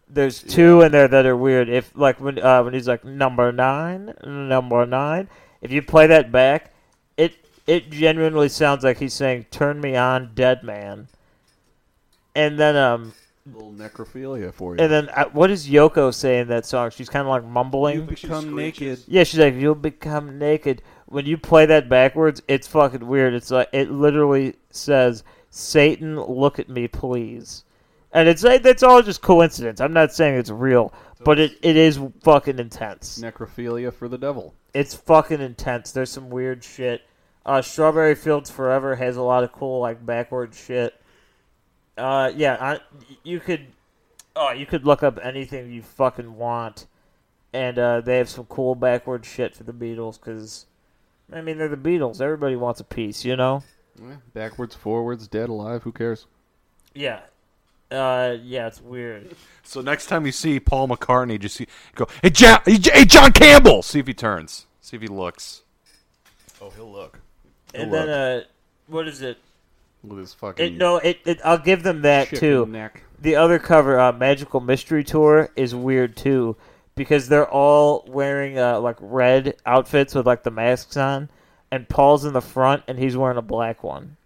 Speaker 1: There's two in there that are weird. If like when uh, when he's like number nine, number nine. If you play that back, it it genuinely sounds like he's saying "Turn me on, dead man." And then um,
Speaker 2: little necrophilia for you.
Speaker 1: and then uh, what does Yoko say in that song? She's kind of like mumbling.
Speaker 2: you become naked.
Speaker 1: Yeah, she's like, "You'll become naked." When you play that backwards, it's fucking weird. It's like it literally says, "Satan, look at me, please," and it's like that's all just coincidence. I'm not saying it's real, but it, it is fucking intense.
Speaker 2: Necrophilia for the devil.
Speaker 1: It's fucking intense. There's some weird shit. Uh, Strawberry Fields Forever has a lot of cool like backward shit. Uh, yeah, I, you could, oh, you could look up anything you fucking want, and uh, they have some cool backward shit for the Beatles because, I mean, they're the Beatles. Everybody wants a piece, you know.
Speaker 2: Eh, Backwards, forwards, dead, alive. Who cares?
Speaker 1: Yeah, uh, yeah, it's weird.
Speaker 3: So next time you see Paul McCartney, just see, go, hey John, hey John Campbell. See if he turns. See if he looks.
Speaker 2: Oh, he'll look.
Speaker 1: And then,
Speaker 2: Good
Speaker 1: uh, what is it?
Speaker 2: With his fucking
Speaker 1: It, no, it, it. I'll give them that
Speaker 2: chicken
Speaker 1: too.
Speaker 2: neck.
Speaker 1: the other cover, uh, Magical Mystery Tour, is weird too because they're all wearing uh, like red outfits with like the masks on, and Paul's in the front and he's wearing a black one.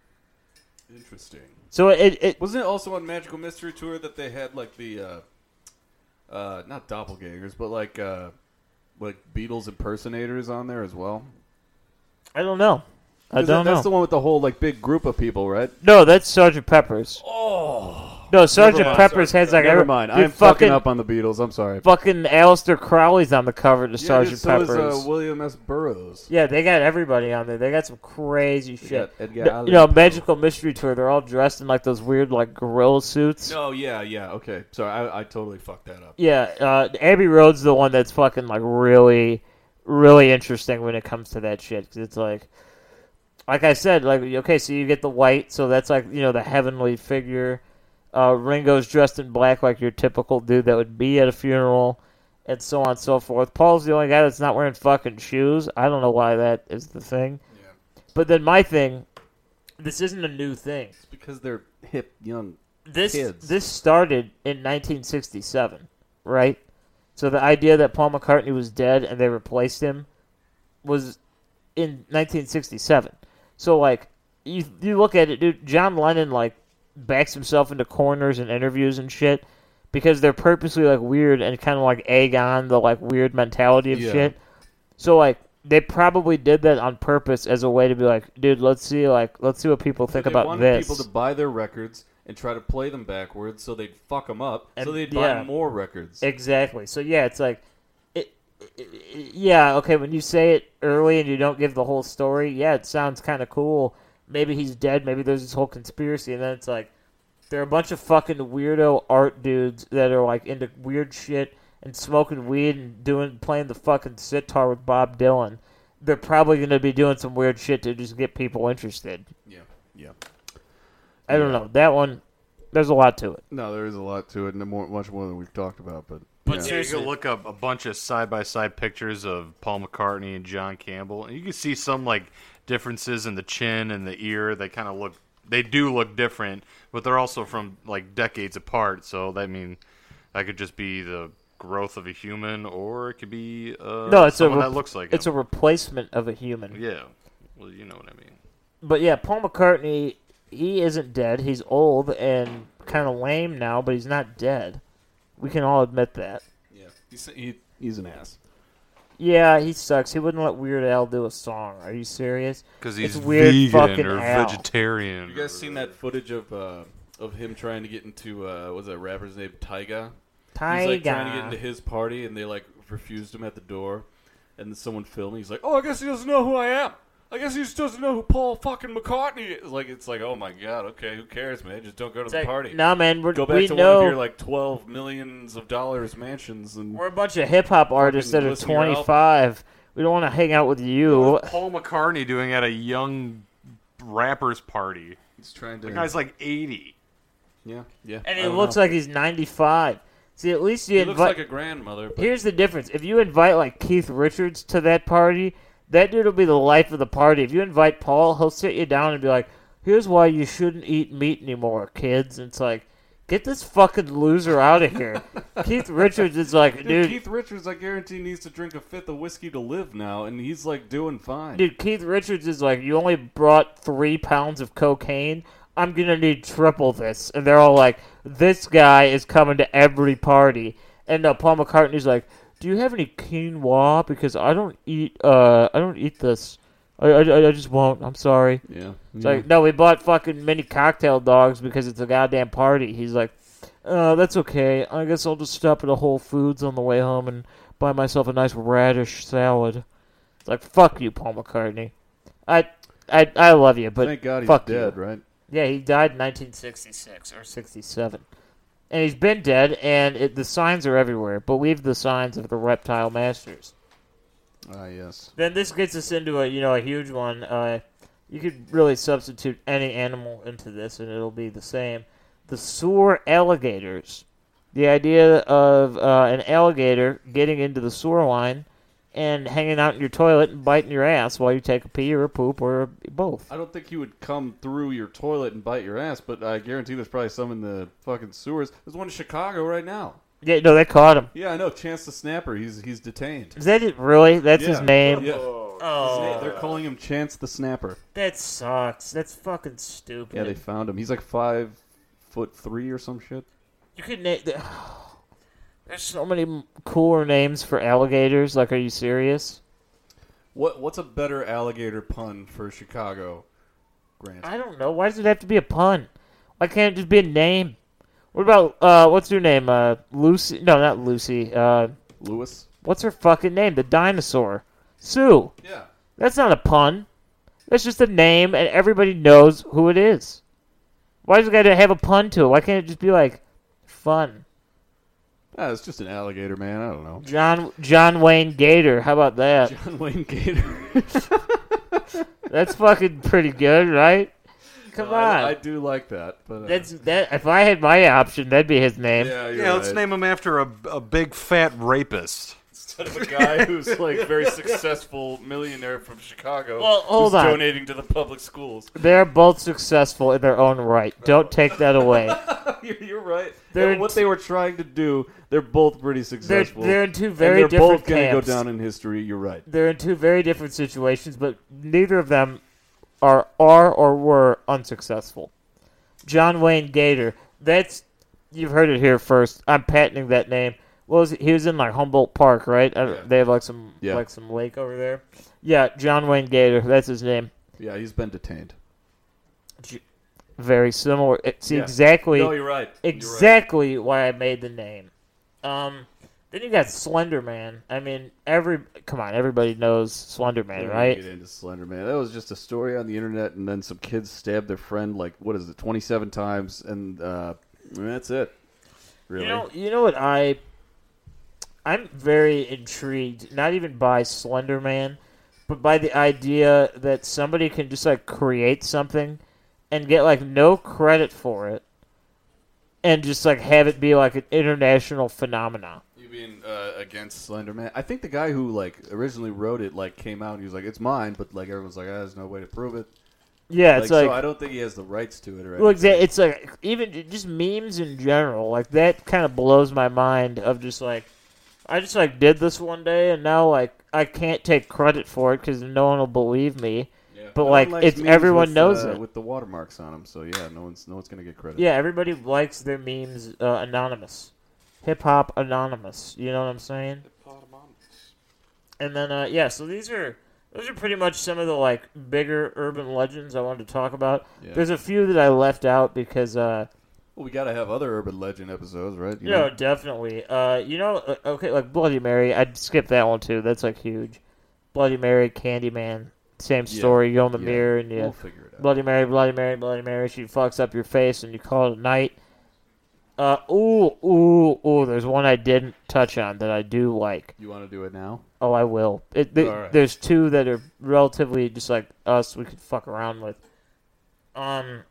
Speaker 2: Interesting.
Speaker 1: So it, it
Speaker 2: Wasn't it also on Magical Mystery Tour that they had like the uh uh not doppelgangers, but like uh like Beatles impersonators on there as well?
Speaker 1: I don't know, I
Speaker 2: 'Cause that-
Speaker 1: don't know.
Speaker 2: That's the one with the whole like big group of people, right?
Speaker 1: No, that's Sergeant Pepper's. Oh no, Sergeant
Speaker 2: mind.
Speaker 1: Pepper's has like
Speaker 2: Never
Speaker 1: every-
Speaker 2: mind.
Speaker 1: dude,
Speaker 2: I'm fucking up on the Beatles. I'm sorry.
Speaker 1: Fucking Aleister Crowley's on the cover to
Speaker 2: Yeah, dude,
Speaker 1: Sergeant
Speaker 2: so is,
Speaker 1: Pepper's.
Speaker 2: uh, William S. Burroughs.
Speaker 1: Yeah, they got everybody on there. They got some crazy shit.
Speaker 2: got Edgar
Speaker 1: No-
Speaker 2: Allan
Speaker 1: you know,
Speaker 2: Poe.
Speaker 1: Magical Mystery Tour. They're all dressed in like those weird like gorilla suits.
Speaker 2: Oh yeah, yeah. Okay, sorry, I, I totally fucked that up.
Speaker 1: Yeah, uh, Abbey Road's the one that's fucking like really, really interesting when it comes to that shit because it's like, like I said, like okay, so you get the white, so that's like you know the heavenly figure. Uh, Ringo's dressed in black like your typical dude that would be at a funeral, and so on and so forth. Paul's the only guy that's not wearing fucking shoes. I don't know why that is the thing. But then my thing, this isn't a new thing.
Speaker 2: It's because they're hip, young.
Speaker 1: This
Speaker 2: Kids.
Speaker 1: this started in 1967, right? So the idea that Paul McCartney was dead and they replaced him was in 1967. So like you you look at it, dude. John Lennon like backs himself into corners and interviews and shit because they're purposely like weird and kind of like egg on the like weird mentality of
Speaker 2: Yeah.
Speaker 1: shit. So like they probably did that on purpose as a way to be like, dude, let's see like let's see what people think
Speaker 2: they
Speaker 1: about
Speaker 2: wanted
Speaker 1: this.
Speaker 2: people to buy their records and try to play them backwards, so they'd fuck them up, so
Speaker 1: And-
Speaker 2: they'd
Speaker 1: yeah.
Speaker 2: buy more records.
Speaker 1: Exactly. So yeah, it's like, it, it- it- yeah, okay. When you say it early and you don't give the whole story, yeah, it sounds kind of cool. Maybe he's dead. Maybe there's this whole conspiracy, and then it's like, there are a bunch of fucking weirdo art dudes that are like into weird shit and smoking weed and doing playing the fucking sitar with Bob Dylan. They're probably going to be doing some weird shit to just get people interested.
Speaker 2: yeah, yeah.
Speaker 1: I don't know that one. There's a lot to it.
Speaker 2: No, there is a lot to it, and more, much more than we've talked about. But,
Speaker 3: But seriously, you can look up a bunch of side by side pictures of Paul McCartney and John Campbell, and you can see some like differences in the chin and the ear. They kind of look, they do look different, but they're also from like decades apart. So that mean that could just be the growth of a human, or it could be uh,
Speaker 1: No, it's a
Speaker 3: someone
Speaker 1: rep-
Speaker 3: that looks like
Speaker 1: it's
Speaker 3: him.
Speaker 1: a replacement of a human.
Speaker 3: yeah. Well, you know what I mean.
Speaker 1: but yeah, Paul McCartney, he isn't dead. He's old and kind of lame now, but he's not dead. We can all admit that.
Speaker 2: yeah, he's, he, he's an ass.
Speaker 1: Yeah, he sucks. He wouldn't let Weird Al do a song. Are you serious?
Speaker 3: because he's
Speaker 1: it's weird
Speaker 3: vegan
Speaker 1: fucking
Speaker 3: or
Speaker 1: Al.
Speaker 3: vegetarian.
Speaker 2: You guys seen that footage of uh, of him trying to get into uh, what's that rapper's name? Tyga. He's like trying to get
Speaker 1: Tyga.
Speaker 2: into his party, and they like refused him at the door. And then someone filmed. He's like, "Oh, I guess he doesn't know who I am. I guess he just doesn't know who Paul fucking McCartney is." Like, it's like, "Oh my god, okay, who cares, man? Just don't go to the party.
Speaker 1: No, man, we're,
Speaker 2: go back
Speaker 1: we
Speaker 2: to
Speaker 1: know
Speaker 2: one of your like twelve millions of dollars mansions and
Speaker 1: we're a bunch of hip hop artists that
Speaker 2: Fucking
Speaker 1: are
Speaker 2: listen to your album.
Speaker 1: 25. We don't want to hang out with you.
Speaker 3: Paul McCartney doing at a young rapper's party.
Speaker 2: he's trying to."
Speaker 3: The guy's like eighty.
Speaker 2: yeah, yeah.
Speaker 1: And
Speaker 2: I
Speaker 1: he
Speaker 2: don't
Speaker 1: looks
Speaker 2: know.
Speaker 1: like he's 95. See, at least you
Speaker 2: he
Speaker 1: invite.
Speaker 2: looks like a grandmother. But
Speaker 1: Here's the difference. If you invite like Keith Richards to that party, that dude will be the life of the party. If you invite Paul, he'll sit you down and be like, "Here's why you shouldn't eat meat anymore, kids." And it's like, get this fucking loser out of here. Keith Richards is like,
Speaker 2: Dude,
Speaker 1: dude,
Speaker 2: Keith Richards, I guarantee, needs to drink a fifth of whiskey to live now, and he's like doing fine.
Speaker 1: dude, Keith Richards is like, you only brought three pounds of cocaine. I'm gonna need triple this, and they're all like, "This guy is coming to every party." And uh, Paul McCartney's like, "Do you have any quinoa? Because I don't eat, uh, I don't eat this. I, I, I- I just won't. I'm sorry."
Speaker 2: yeah,
Speaker 1: It's like, no, we bought fucking mini cocktail dogs because it's a goddamn party. He's like, uh, that's okay. I guess I'll just stop at a Whole Foods on the way home and buy myself a nice radish salad. It's like, fuck you, Paul McCartney. I, I, I love you, but
Speaker 2: thank God he's
Speaker 1: fuck
Speaker 2: dead,
Speaker 1: You.
Speaker 2: right?
Speaker 1: Yeah, he died in 1966 or 67, and he's been dead. And it, the signs are everywhere. Believe the signs of the reptile masters.
Speaker 2: Ah, yes.
Speaker 1: Then this gets us into a you know a huge one. Uh, you could really substitute any animal into this, and it'll be the same. The sewer alligators. The idea of uh, an alligator getting into the sewer line and hanging out in your toilet and biting your ass while you take a pee or a poop or both.
Speaker 2: I don't think he would come through your toilet and bite your ass, but I guarantee there's probably some in the fucking sewers. There's one in Chicago right now.
Speaker 1: Yeah, no, they caught him.
Speaker 2: Yeah, I know. Chance the Snapper. He's he's detained.
Speaker 1: Is that it? Really? That's his
Speaker 2: Yeah.
Speaker 1: name. Oh.
Speaker 2: Yeah.
Speaker 3: Oh.
Speaker 2: His name- They're calling him Chance the Snapper.
Speaker 1: That sucks. That's fucking stupid.
Speaker 2: Yeah, they found him. He's like five foot three or some shit.
Speaker 1: You could name. There's so many m- cooler names for alligators. Like, are you serious?
Speaker 2: What what's a better alligator pun for Chicago, Grant?
Speaker 1: I don't know. Why does it have to be a pun? Why can't it just be a name? What about uh, what's her name? Uh, Lucy? No, not Lucy. Uh,
Speaker 2: Lewis.
Speaker 1: what's her fucking name? The dinosaur, Sue.
Speaker 2: Yeah.
Speaker 1: That's not a pun. That's just a name, and everybody knows who it is. Why does it got to have a pun to it? Why can't it just be like fun?
Speaker 2: Ah, it's just an alligator, man. I don't know.
Speaker 1: John John Wayne Gator. How about that?
Speaker 2: John Wayne Gator.
Speaker 1: That's fucking pretty good, right? Come on.
Speaker 2: I, I do like that, but uh,
Speaker 1: That's that. If I had my option, that'd be his name.
Speaker 2: yeah,
Speaker 3: Yeah, let's name him after a, a big fat rapist.
Speaker 2: instead of a guy who's like very successful millionaire from Chicago.
Speaker 1: Well, hold
Speaker 2: who's
Speaker 1: on.
Speaker 2: donating to the public schools.
Speaker 1: They're both successful in their own right. Don't take that away.
Speaker 2: you're, you're right.
Speaker 1: They're-
Speaker 2: And what they were trying to do, they're both pretty
Speaker 1: they're
Speaker 2: successful.
Speaker 1: they're in two
Speaker 2: and
Speaker 1: very
Speaker 2: they're
Speaker 1: different
Speaker 2: both gonna go
Speaker 1: camps.
Speaker 2: down in history. You're right.
Speaker 1: They're in two very different situations, but neither of them are are or were unsuccessful. John Wayne Gator. That's you've heard it here first. I'm patenting that name. What was it? he was in like Humboldt Park, right? I don't- They have like some
Speaker 2: Yeah.
Speaker 1: like some lake over there. Yeah, John Wayne Gator. That's his name.
Speaker 2: Yeah, he's been detained.
Speaker 1: Very similar. It's
Speaker 2: Yeah.
Speaker 1: exactly.
Speaker 2: No, you're right. You're right.
Speaker 1: exactly why I made the name. Um, then you got Slender Man. I mean, every come on, everybody knows Slender Man,
Speaker 2: We're gonna
Speaker 1: right?
Speaker 2: Get into Slender Man. That was just a story on the internet, and then some kids stabbed their friend like what is it, 27 times, and uh, that's it. Really?
Speaker 1: You know, you know what I. I'm very intrigued, not even by Slender Man, but by the idea that somebody can just like create something and get like no credit for it, and just like have it be like an international phenomenon.
Speaker 2: You mean uh, against Slenderman? I think the guy who like originally wrote it like came out and he was like, "It's mine," but like everyone's like, ah, "There's no way to prove it."
Speaker 1: Yeah,
Speaker 2: Like,
Speaker 1: it's like
Speaker 2: so I don't think he has the rights to it. Or
Speaker 1: Well,
Speaker 2: anything.
Speaker 1: exactly. It's like even just memes in general, like that kind of blows my mind. Of just like, I just like did this one day, and now like I can't take credit for it because no one will believe me. But
Speaker 2: No one
Speaker 1: like,
Speaker 2: likes
Speaker 1: it's
Speaker 2: memes
Speaker 1: everyone
Speaker 2: with,
Speaker 1: knows
Speaker 2: uh,
Speaker 1: it.
Speaker 2: with the watermarks on them. So yeah, no one's no one's gonna get credit.
Speaker 1: yeah, everybody likes their memes uh, anonymous, hip hop anonymous. You know what I'm saying? And then uh, yeah, so these are those are pretty much some of the like bigger urban legends I wanted to talk about. There's a few that I left out because uh,
Speaker 2: Well, we gotta have other urban legend episodes, right? You
Speaker 1: no, definitely. Uh, you know, uh, okay, like Bloody Mary, I'd skip that one too. That's like huge. Bloody Mary, Candyman, same story. You go in the
Speaker 2: yeah.
Speaker 1: mirror and you
Speaker 2: We'll figure it out.
Speaker 1: Bloody Mary, Bloody Mary, Bloody Mary. She fucks up your face and you call it a night. Uh, ooh, ooh, ooh. There's one I didn't touch on that I do like.
Speaker 2: You want to do it now?
Speaker 1: Oh, I will. It, th-
Speaker 2: All right.
Speaker 1: There's two that are relatively just like us. We could fuck around with. Um,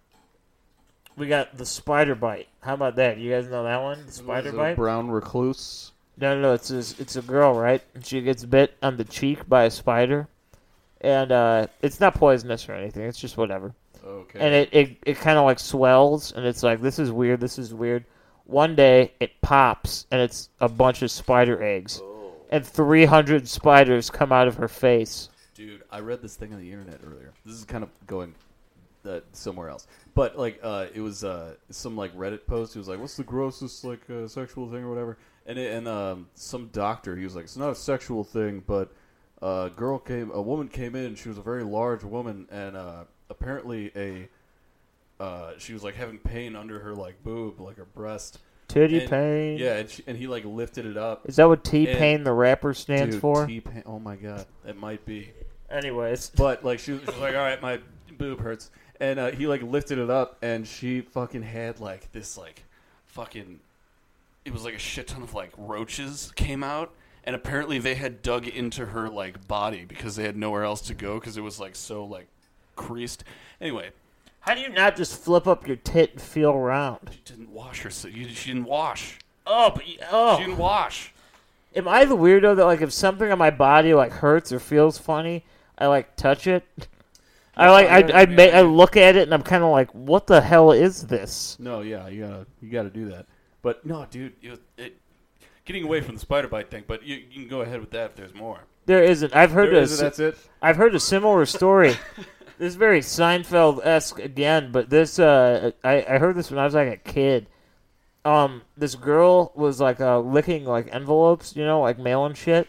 Speaker 1: we got the spider bite. How about that? You guys know that one? The spider
Speaker 2: Is it a
Speaker 1: bite.
Speaker 2: brown recluse.
Speaker 1: No, no, no. It's a, it's a girl, right? And She gets bit on the cheek by a spider, and uh, it's not poisonous or anything. It's just whatever.
Speaker 2: Okay.
Speaker 1: And it it, it kind of like swells, and it's like this is weird. This is weird. One day it pops, and it's a bunch of spider eggs, and three hundred spiders come out of her face.
Speaker 2: Dude, I read this thing on the internet earlier. This is kind of going uh, somewhere else, but like, uh, it was uh, some like Reddit post. It was like, "What's the grossest like uh, sexual thing or whatever?" And it, and um, some doctor, he was like, "It's not a sexual thing, but a girl came, a woman came in. She was a very large woman, and uh, apparently a." Uh, she was like having pain under her like boob, like her breast.
Speaker 1: Titty
Speaker 2: And-
Speaker 1: pain.
Speaker 2: Yeah, and, she, and he like lifted it up.
Speaker 1: Is that what T Pain
Speaker 2: And-
Speaker 1: the rapper stands
Speaker 2: Dude,
Speaker 1: for?
Speaker 2: T-Pain- Oh my god, it might be.
Speaker 1: Anyways,
Speaker 2: But like she was, she was like, all right, my boob hurts, and uh, he like lifted it up, and she fucking had like this like fucking. It was like a shit ton of like roaches came out, and apparently they had dug into her like body because they had nowhere else to go because it was like so like creased. Anyway,
Speaker 1: how do you not just flip up your tit and feel round?
Speaker 2: she didn't wash herself. You- She didn't wash.
Speaker 1: Oh, but you- oh.
Speaker 2: She didn't wash.
Speaker 1: Am I the weirdo that like if something on my body like hurts or feels funny, I like touch it? I like I I, ma- I look at it and I'm kind of like, what the hell is this?
Speaker 2: No, yeah, you gotta you gotta do that. But no, dude, it, it, getting away from the spider bite thing. But you, you can go ahead with that if there's more.
Speaker 1: There isn't. I've heard a, si-
Speaker 2: that's it.
Speaker 1: I've heard a similar story. this is very Seinfeld esque again, but this uh, I I heard this when I was like a kid. Um, this girl was like uh, licking like envelopes, you know, like mail and shit,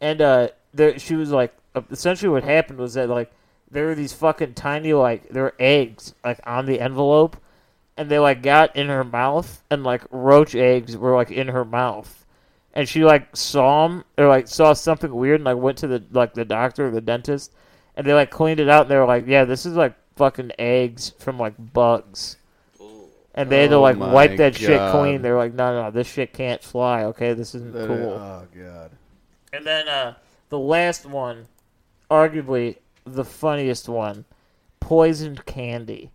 Speaker 1: and uh, there she was like uh, essentially what happened was that like there were these fucking tiny like there were eggs like on the envelope, and they like got in her mouth and like roach eggs were like in her mouth and she like saw him or like saw something weird and like went to the like the doctor or the dentist and they like cleaned it out and they were like yeah this is like fucking eggs from like bugs and they had to
Speaker 2: Oh
Speaker 1: like
Speaker 2: my
Speaker 1: wipe that shit
Speaker 2: God.
Speaker 1: clean they're like no no this shit can't fly okay this isn't
Speaker 2: That-
Speaker 1: cool
Speaker 2: Oh god.
Speaker 1: and then uh the last one arguably the funniest one poisoned candy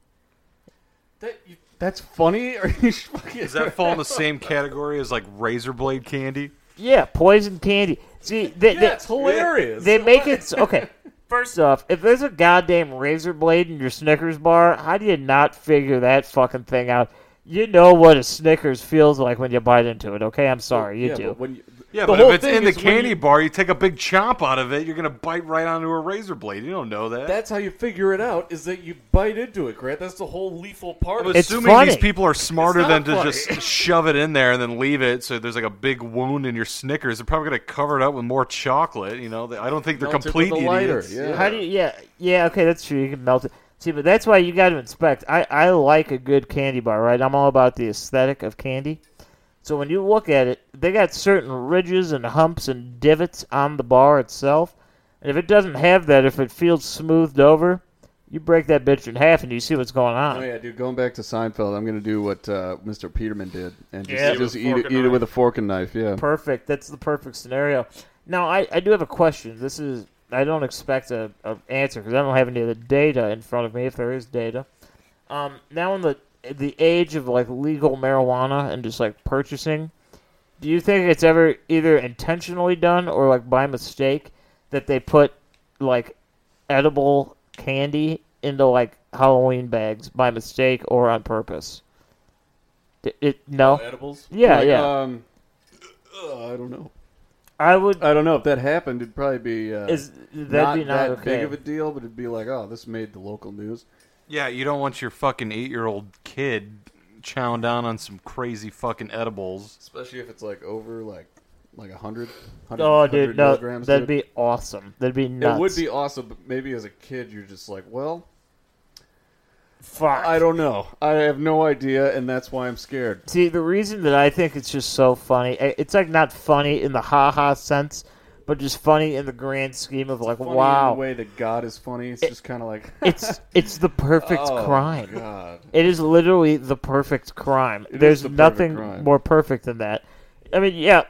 Speaker 2: That, you, that's funny. Are you fucking?
Speaker 3: Does that fall in the same category as like razor blade candy?
Speaker 1: yeah poisoned candy see they,
Speaker 2: yeah,
Speaker 1: they-
Speaker 2: it's hilarious.
Speaker 1: They make it so- okay. First off, if there's a goddamn razor blade in your Snickers bar, how do you not figure that fucking thing out? You know what a Snickers feels like when you bite into it. Okay, I'm sorry, you
Speaker 2: yeah,
Speaker 1: do.
Speaker 2: But when you,
Speaker 3: Yeah,
Speaker 2: the
Speaker 3: but
Speaker 2: whole
Speaker 3: if it's
Speaker 2: thing
Speaker 3: in the
Speaker 2: is when
Speaker 3: candy
Speaker 2: you-
Speaker 3: bar, you take a big chomp out of it, you're gonna bite right onto a razor blade. You don't know that.
Speaker 2: that's how you figure it out. Is that you bite into it, Grant? That's the whole lethal part.
Speaker 3: I'm
Speaker 2: of it.
Speaker 1: It's
Speaker 3: assuming
Speaker 1: funny.
Speaker 3: these people are smarter
Speaker 2: It's
Speaker 3: than
Speaker 2: not
Speaker 3: to
Speaker 2: funny.
Speaker 3: just shove it in there and then leave it. So there's like a big wound in your Snickers. They're probably gonna cover it up with more chocolate. You know, They- I don't think they're
Speaker 2: Melt it with
Speaker 3: complete
Speaker 2: a lighter,
Speaker 3: idiots.
Speaker 2: yeah.
Speaker 1: How do you? Yeah, yeah. Okay, that's true. You can melt it. See, but that's why you got to inspect. I I like a good candy bar, right? I'm all about the aesthetic of candy. So when you look at it, they got certain ridges and humps and divots on the bar itself, and if it doesn't have that, if it feels smoothed over, you break that bitch in half and you see what's going on.
Speaker 2: Oh yeah, dude. Going back to Seinfeld, I'm gonna do what uh, Mr. Peterman did and just,
Speaker 1: Yeah.
Speaker 2: just
Speaker 1: Eat it with fork
Speaker 2: eat, it,
Speaker 1: and
Speaker 2: eat it
Speaker 1: knife.
Speaker 2: with a fork and knife. Yeah.
Speaker 1: Perfect. That's the perfect scenario. Now, I, I do have a question. This is I don't expect a, a answer because I don't have any of the data in front of me. If there is data, um, now in the the age of like legal marijuana and just like purchasing, do you think it's ever either intentionally done or like by mistake that they put like edible candy into like Halloween bags by mistake or on purpose? D- It, no,
Speaker 2: Edibles.
Speaker 1: Yeah, yeah.
Speaker 2: Um, uh, I don't know.
Speaker 1: I would.
Speaker 2: I don't know if that happened. It'd probably be uh,
Speaker 1: Is that'd
Speaker 2: not
Speaker 1: be not
Speaker 2: that
Speaker 1: okay.
Speaker 2: big of a deal, but it'd be like, oh, this made the local news.
Speaker 3: Yeah, you don't want your fucking eight year old kid chowing down on some crazy fucking edibles.
Speaker 2: Especially if it's like over like Like 100? 100
Speaker 1: Oh, dude,
Speaker 2: 100
Speaker 1: no,
Speaker 2: milligrams,
Speaker 1: that'd
Speaker 2: dude?
Speaker 1: be awesome. That'd be
Speaker 2: It
Speaker 1: nuts.
Speaker 2: would be awesome, but maybe as a kid, you're just like, well,
Speaker 1: Fuck.
Speaker 2: I don't know. I have no idea, and that's why I'm scared.
Speaker 1: See, the reason that I think it's just so funny, i- it's like not funny in the ha ha sense, but just funny in the grand scheme of like,
Speaker 2: Funny
Speaker 1: wow,
Speaker 2: In the way that God is funny. It's just kind of like,
Speaker 1: it's it's the perfect
Speaker 2: oh,
Speaker 1: crime.
Speaker 2: God.
Speaker 1: It is literally the perfect crime.
Speaker 2: is
Speaker 1: there's
Speaker 2: the perfect
Speaker 1: nothing
Speaker 2: crime.
Speaker 1: more perfect than that. I mean, yeah,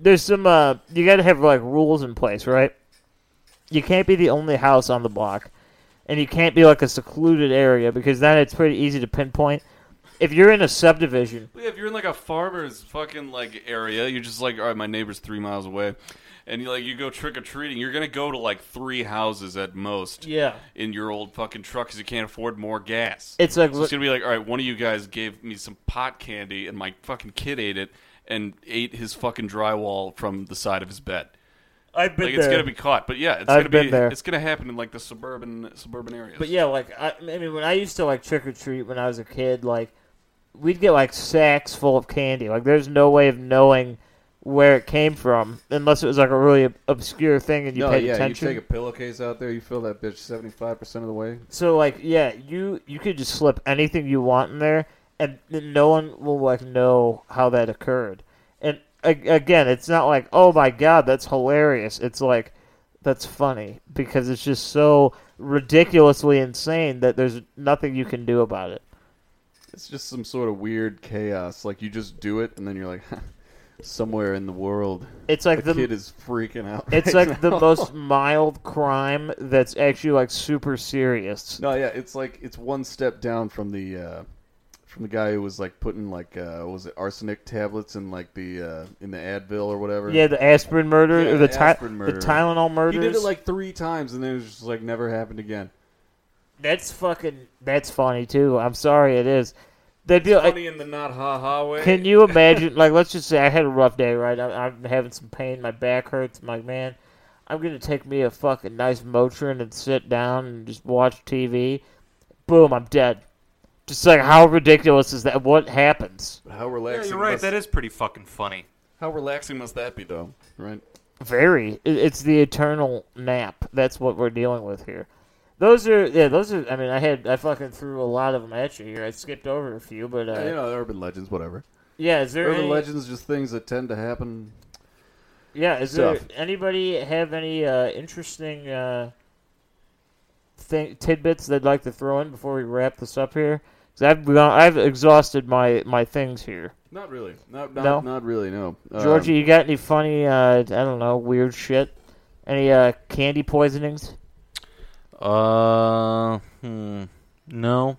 Speaker 1: there's some. Uh, you got to have like rules in place, right? You can't be the only house on the block, and you can't be like a secluded area because then it's pretty easy to pinpoint. If you're in a subdivision,
Speaker 4: Yeah, if you're in like a farmer's fucking like area, you're just like, all right, my neighbor's three miles away, and you like you go trick or treating, you're gonna go to like three houses at most.
Speaker 1: Yeah.
Speaker 4: In your old fucking truck because you can't afford more gas.
Speaker 1: It's like-
Speaker 4: So it's gonna be like, all right, one of you guys gave me some pot candy, and my fucking kid ate it and ate his fucking drywall from the side of his bed.
Speaker 1: I've been
Speaker 4: Like it's gonna be caught, but yeah, it's
Speaker 1: I've
Speaker 4: gonna be
Speaker 1: been there.
Speaker 4: it's gonna happen in like the suburban suburban areas.
Speaker 1: But yeah, like I, I mean, when I used to like trick or treat when I was a kid, like we'd get like sacks full of candy. Like there's no way of knowing where it came from unless it was like a really ob- obscure thing and you
Speaker 2: no,
Speaker 1: paid
Speaker 2: yeah,
Speaker 1: attention.
Speaker 2: you take a pillowcase out there, you fill that bitch 75% of the way.
Speaker 1: So like yeah, you you could just slip anything you want in there, and then no one will like know how that occurred. And a- again, it's not like oh my god, that's hilarious. It's like that's funny because it's just so ridiculously insane that there's nothing you can do about it.
Speaker 2: It's just some sort of weird chaos. Like, you just do it, and then you're like, somewhere in the world,
Speaker 1: It's like
Speaker 2: the,
Speaker 1: the
Speaker 2: kid is freaking out.
Speaker 1: it's
Speaker 2: right
Speaker 1: like the
Speaker 2: now.
Speaker 1: most mild crime that's actually like super serious.
Speaker 2: No, yeah, it's like it's one step down from the uh, from the guy who was like putting like uh, what was it arsenic tablets in like the uh, in the Advil or whatever.
Speaker 1: Yeah, the aspirin murder
Speaker 2: Yeah,
Speaker 1: or the,
Speaker 2: the
Speaker 1: Ty-
Speaker 2: aspirin
Speaker 1: the
Speaker 2: murder.
Speaker 1: Tylenol
Speaker 2: he
Speaker 1: murders.
Speaker 2: did it like three times, and then it was just like never happened again.
Speaker 1: That's fucking. That's funny too. I'm sorry, it is. They'd be like,
Speaker 4: Funny in the not ha ha way.
Speaker 1: can you imagine? like, let's just say I had a rough day, right? I'm, I'm having some pain. My back hurts. I'm like, man, I'm gonna take me a fucking nice Motrin and sit down and just watch TV. Boom, I'm dead. Just like how ridiculous is that? What happens?
Speaker 2: But how
Speaker 3: Yeah,
Speaker 2: relaxing?
Speaker 3: you're right.
Speaker 2: Must,
Speaker 3: That is pretty fucking funny.
Speaker 2: how relaxing must that be, though? Right?
Speaker 1: Very. It- It's the eternal nap. That's what we're dealing with here. Those are yeah. Those are. I mean, I had I fucking threw a lot of them at you here. I skipped over a few, but
Speaker 2: you
Speaker 1: uh,
Speaker 2: know, urban legends, whatever.
Speaker 1: yeah. Is there
Speaker 2: Urban
Speaker 1: any-
Speaker 2: legends, just things that tend to happen.
Speaker 1: Yeah, is
Speaker 2: stuff.
Speaker 1: there anybody have any uh, interesting uh, thing, tidbits they'd like to throw in before we wrap this up here? 'Cause I've gone, I've exhausted my, my things here.
Speaker 2: Not really. Not
Speaker 1: No?
Speaker 2: not, not really. No. Um,
Speaker 1: Georgie, you got any funny? Uh, I don't know, weird shit. Any uh, candy poisonings?
Speaker 3: Uh, hmm. No.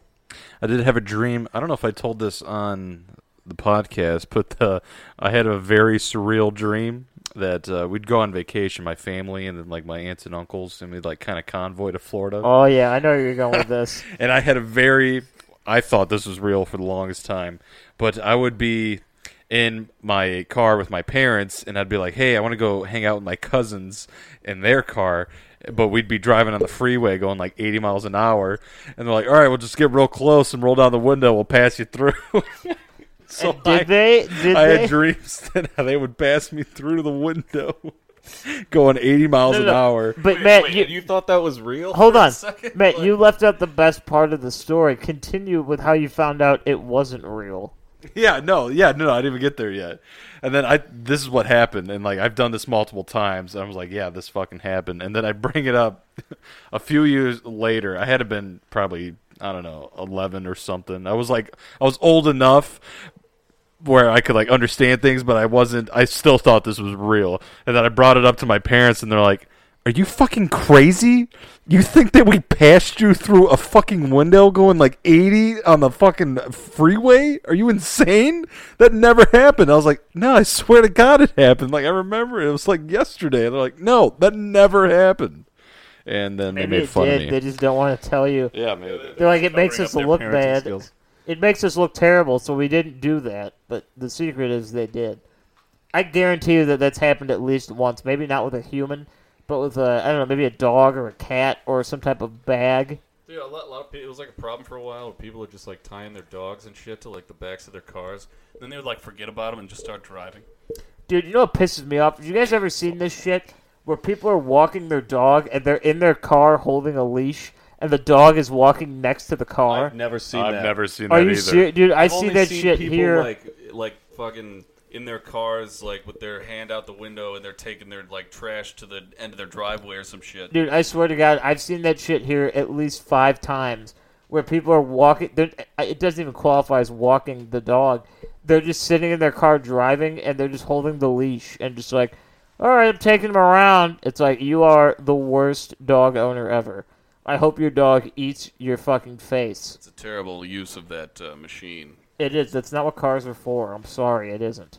Speaker 3: I did have a dream. I don't know if I told this on the podcast, but uh, I had a very surreal dream that uh, we'd go on vacation, my family, and then like my aunts and uncles, and we'd like kind of convoy to Florida.
Speaker 1: Oh yeah, I know where you're going with this.
Speaker 3: and I had a very I thought this was real for the longest time, but I would be in my car with my parents and I'd be like, "Hey, I want to go hang out with my cousins in their car." But we'd be driving on the freeway going like 80 miles an hour and they're like, "All right, we'll just get real close and roll down the window, we'll pass you through." so
Speaker 1: And did they? Did
Speaker 3: I
Speaker 1: they?
Speaker 3: had dreams that they would pass me through the window going 80 miles
Speaker 1: No,
Speaker 3: an
Speaker 1: no, no.
Speaker 3: hour.
Speaker 1: But Matt,
Speaker 4: Wait,
Speaker 1: you,
Speaker 4: you, thought that was real?
Speaker 1: hold
Speaker 4: for a
Speaker 1: on,
Speaker 4: second?
Speaker 1: Matt,
Speaker 4: Like-
Speaker 1: you left out the best part of the story. Continue with how you found out it wasn't real.
Speaker 3: Yeah, no, yeah, no, no, I didn't even get there yet. And then I, this is what happened, and like I've done this multiple times. And I was like, yeah, this fucking happened. And then I bring it up a few years later. I had to been probably I don't know eleven or something. I was like, I was old enough where I could like understand things, but I wasn't. I still thought this was real. And then I brought it up to my parents, and they're like. Are you fucking crazy? You think that we passed you through a fucking window going like 80 on the fucking freeway? Are you insane? That never happened. I was like, no, I swear to God it happened. Like, I remember it. It was like yesterday. And they're like, no, that never happened. And then
Speaker 1: Maybe
Speaker 3: they made
Speaker 1: it
Speaker 3: fun
Speaker 1: did.
Speaker 3: of me.
Speaker 1: They just don't want to tell you.
Speaker 3: yeah, maybe.
Speaker 1: They're like, it makes us look
Speaker 2: parenting
Speaker 1: bad.
Speaker 2: skills.
Speaker 1: It makes us look terrible, so we didn't do that. But the secret is they did. I guarantee you that that's happened at least once. Maybe not with a human, but with a I don't know, maybe a dog or a cat or some type of bag.
Speaker 4: Dude, a lot, a lot of people, it was like a problem for a while where people are just like tying their dogs and shit to like the backs of their cars. Then they would like forget about them and just start driving.
Speaker 1: Dude, you know what pisses me off? Have you guys ever seen this shit where people are walking their dog and they're in their car holding a leash and the dog is walking next to the car?
Speaker 7: I've never seen
Speaker 3: I've
Speaker 7: that.
Speaker 3: never seen
Speaker 1: Are
Speaker 3: that
Speaker 1: you
Speaker 3: either.
Speaker 1: serious, dude? I
Speaker 2: I've
Speaker 1: see
Speaker 2: only
Speaker 1: that
Speaker 2: seen
Speaker 1: shit
Speaker 2: people
Speaker 1: here.
Speaker 2: like like fucking in their cars, like with their hand out the window, and they're taking their like trash to the end of their driveway or some shit.
Speaker 1: Dude, I swear to God, I've seen that shit here at least five times where people are walking. they're- It doesn't even qualify as walking the dog. They're just sitting in their car driving and they're just holding the leash and just like, all right, I'm taking him around. It's like, you are the worst dog owner ever. I hope your dog eats your fucking face.
Speaker 2: It's a terrible use of that uh, machine.
Speaker 1: It is. That's not what cars are for. I'm sorry, it isn't.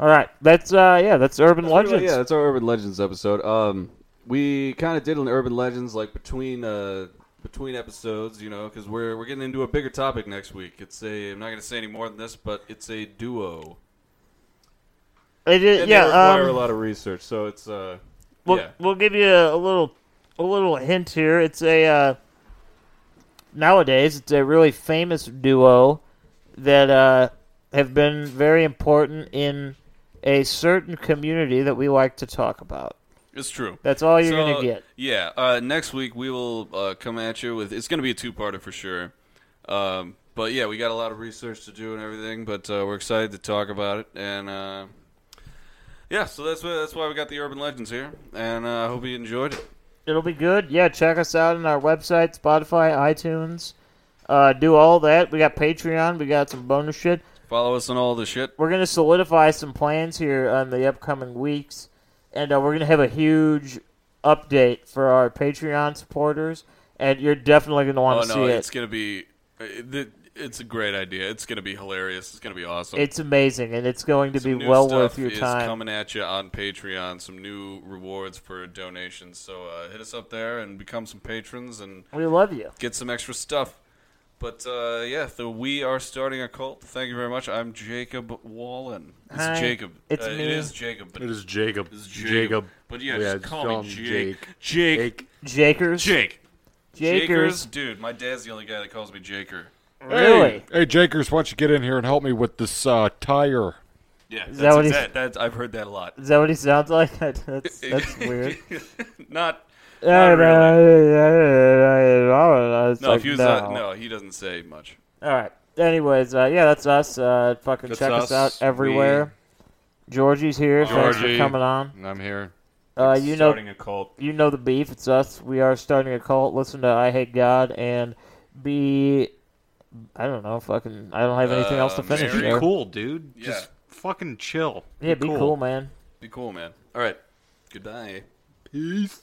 Speaker 1: All right, that's uh, yeah, that's urban legends.
Speaker 7: Yeah, that's our urban legends episode. Um, we kind of did an urban legends like between uh between episodes, you know, because we're we're getting into a bigger topic next week. It's a I'm not going to say any more than this, but it's a duo.
Speaker 1: It is-
Speaker 7: And
Speaker 1: yeah,
Speaker 7: they require
Speaker 1: um,
Speaker 7: a lot of research, so it's uh
Speaker 1: we'll,
Speaker 7: yeah.
Speaker 1: we'll give you a, a little a little hint here. It's a uh, nowadays it's a really famous duo that uh, have been very important in a certain community that we like to talk about.
Speaker 2: It's true.
Speaker 1: That's all you're
Speaker 2: So,
Speaker 1: gonna get.
Speaker 2: Yeah. Uh, next week we will uh, come at you with. It's going to be a two-parter for sure. Um, but yeah, we got a lot of research to do and everything, but uh, we're excited to talk about it. And uh, yeah, so that's why, that's why we got the urban legends here. And uh, I hope you enjoyed it.
Speaker 1: It'll be good. Yeah, check us out on our website, Spotify, iTunes. Uh, do all that. We got Patreon. We got some bonus shit.
Speaker 2: Follow us on all the shit.
Speaker 1: we're going to solidify some plans here on the upcoming weeks, and uh, we're going to have a huge update for our Patreon supporters, and you're definitely going to
Speaker 2: Oh
Speaker 1: want to
Speaker 2: no,
Speaker 1: see
Speaker 2: it's
Speaker 1: it.
Speaker 2: going to be. it- it- It's a great idea. It's going to be hilarious. It's going to be awesome.
Speaker 1: It's amazing, and it's going to
Speaker 2: Some
Speaker 1: be
Speaker 2: new
Speaker 1: well
Speaker 2: stuff
Speaker 1: worth your
Speaker 2: is
Speaker 1: time.
Speaker 2: coming at you on Patreon. Some new rewards for donations. So uh, hit us up there and become some patrons and
Speaker 1: We love you.
Speaker 2: get some extra stuff. But uh, yeah, so we are starting a cult. Thank you very much. I'm Jacob Wallen. It's
Speaker 1: Hi,
Speaker 2: Jacob.
Speaker 1: it's
Speaker 2: Uh,
Speaker 1: me.
Speaker 2: It is Jacob. But
Speaker 3: It is Jacob.
Speaker 2: It's Jacob.
Speaker 3: Jacob.
Speaker 2: But yeah, just
Speaker 3: it's
Speaker 2: call
Speaker 3: John
Speaker 2: me Jake. Jake.
Speaker 3: Jake.
Speaker 1: Jakers.
Speaker 2: Jake.
Speaker 1: Jakers.
Speaker 2: Dude, my dad's the only guy that calls me Jaker.
Speaker 1: Really?
Speaker 3: Hey, Jakers, why don't you get in here and help me with this uh, tire?
Speaker 2: Yeah, that's,
Speaker 1: that what he's-
Speaker 2: exact- that's- I've heard that a lot.
Speaker 1: Is that what he sounds like? that's, that's weird.
Speaker 2: Not.
Speaker 1: no,
Speaker 2: not really. No,
Speaker 1: like,
Speaker 2: if he was
Speaker 1: no.
Speaker 2: not, no, he doesn't say much.
Speaker 1: All right. Anyways, uh, yeah, that's us. Uh, fucking
Speaker 2: That's
Speaker 1: check us, out
Speaker 2: us.
Speaker 1: everywhere. Georgie's here. Thanks for
Speaker 3: Georgie.
Speaker 1: coming on.
Speaker 3: I'm here.
Speaker 1: Uh, you know,
Speaker 2: Starting a cult.
Speaker 1: you know the beef. It's us. We are starting a cult. Listen to I Hate God and be. I don't know. Fucking. I don't have anything else to
Speaker 2: Uh,
Speaker 1: finish.
Speaker 2: Mary-
Speaker 3: Be
Speaker 1: there.
Speaker 3: cool, dude.
Speaker 2: Yeah.
Speaker 3: Just fucking chill.
Speaker 1: Yeah, be cool. man.
Speaker 2: Be cool, man. All right. Goodbye.
Speaker 3: Peace.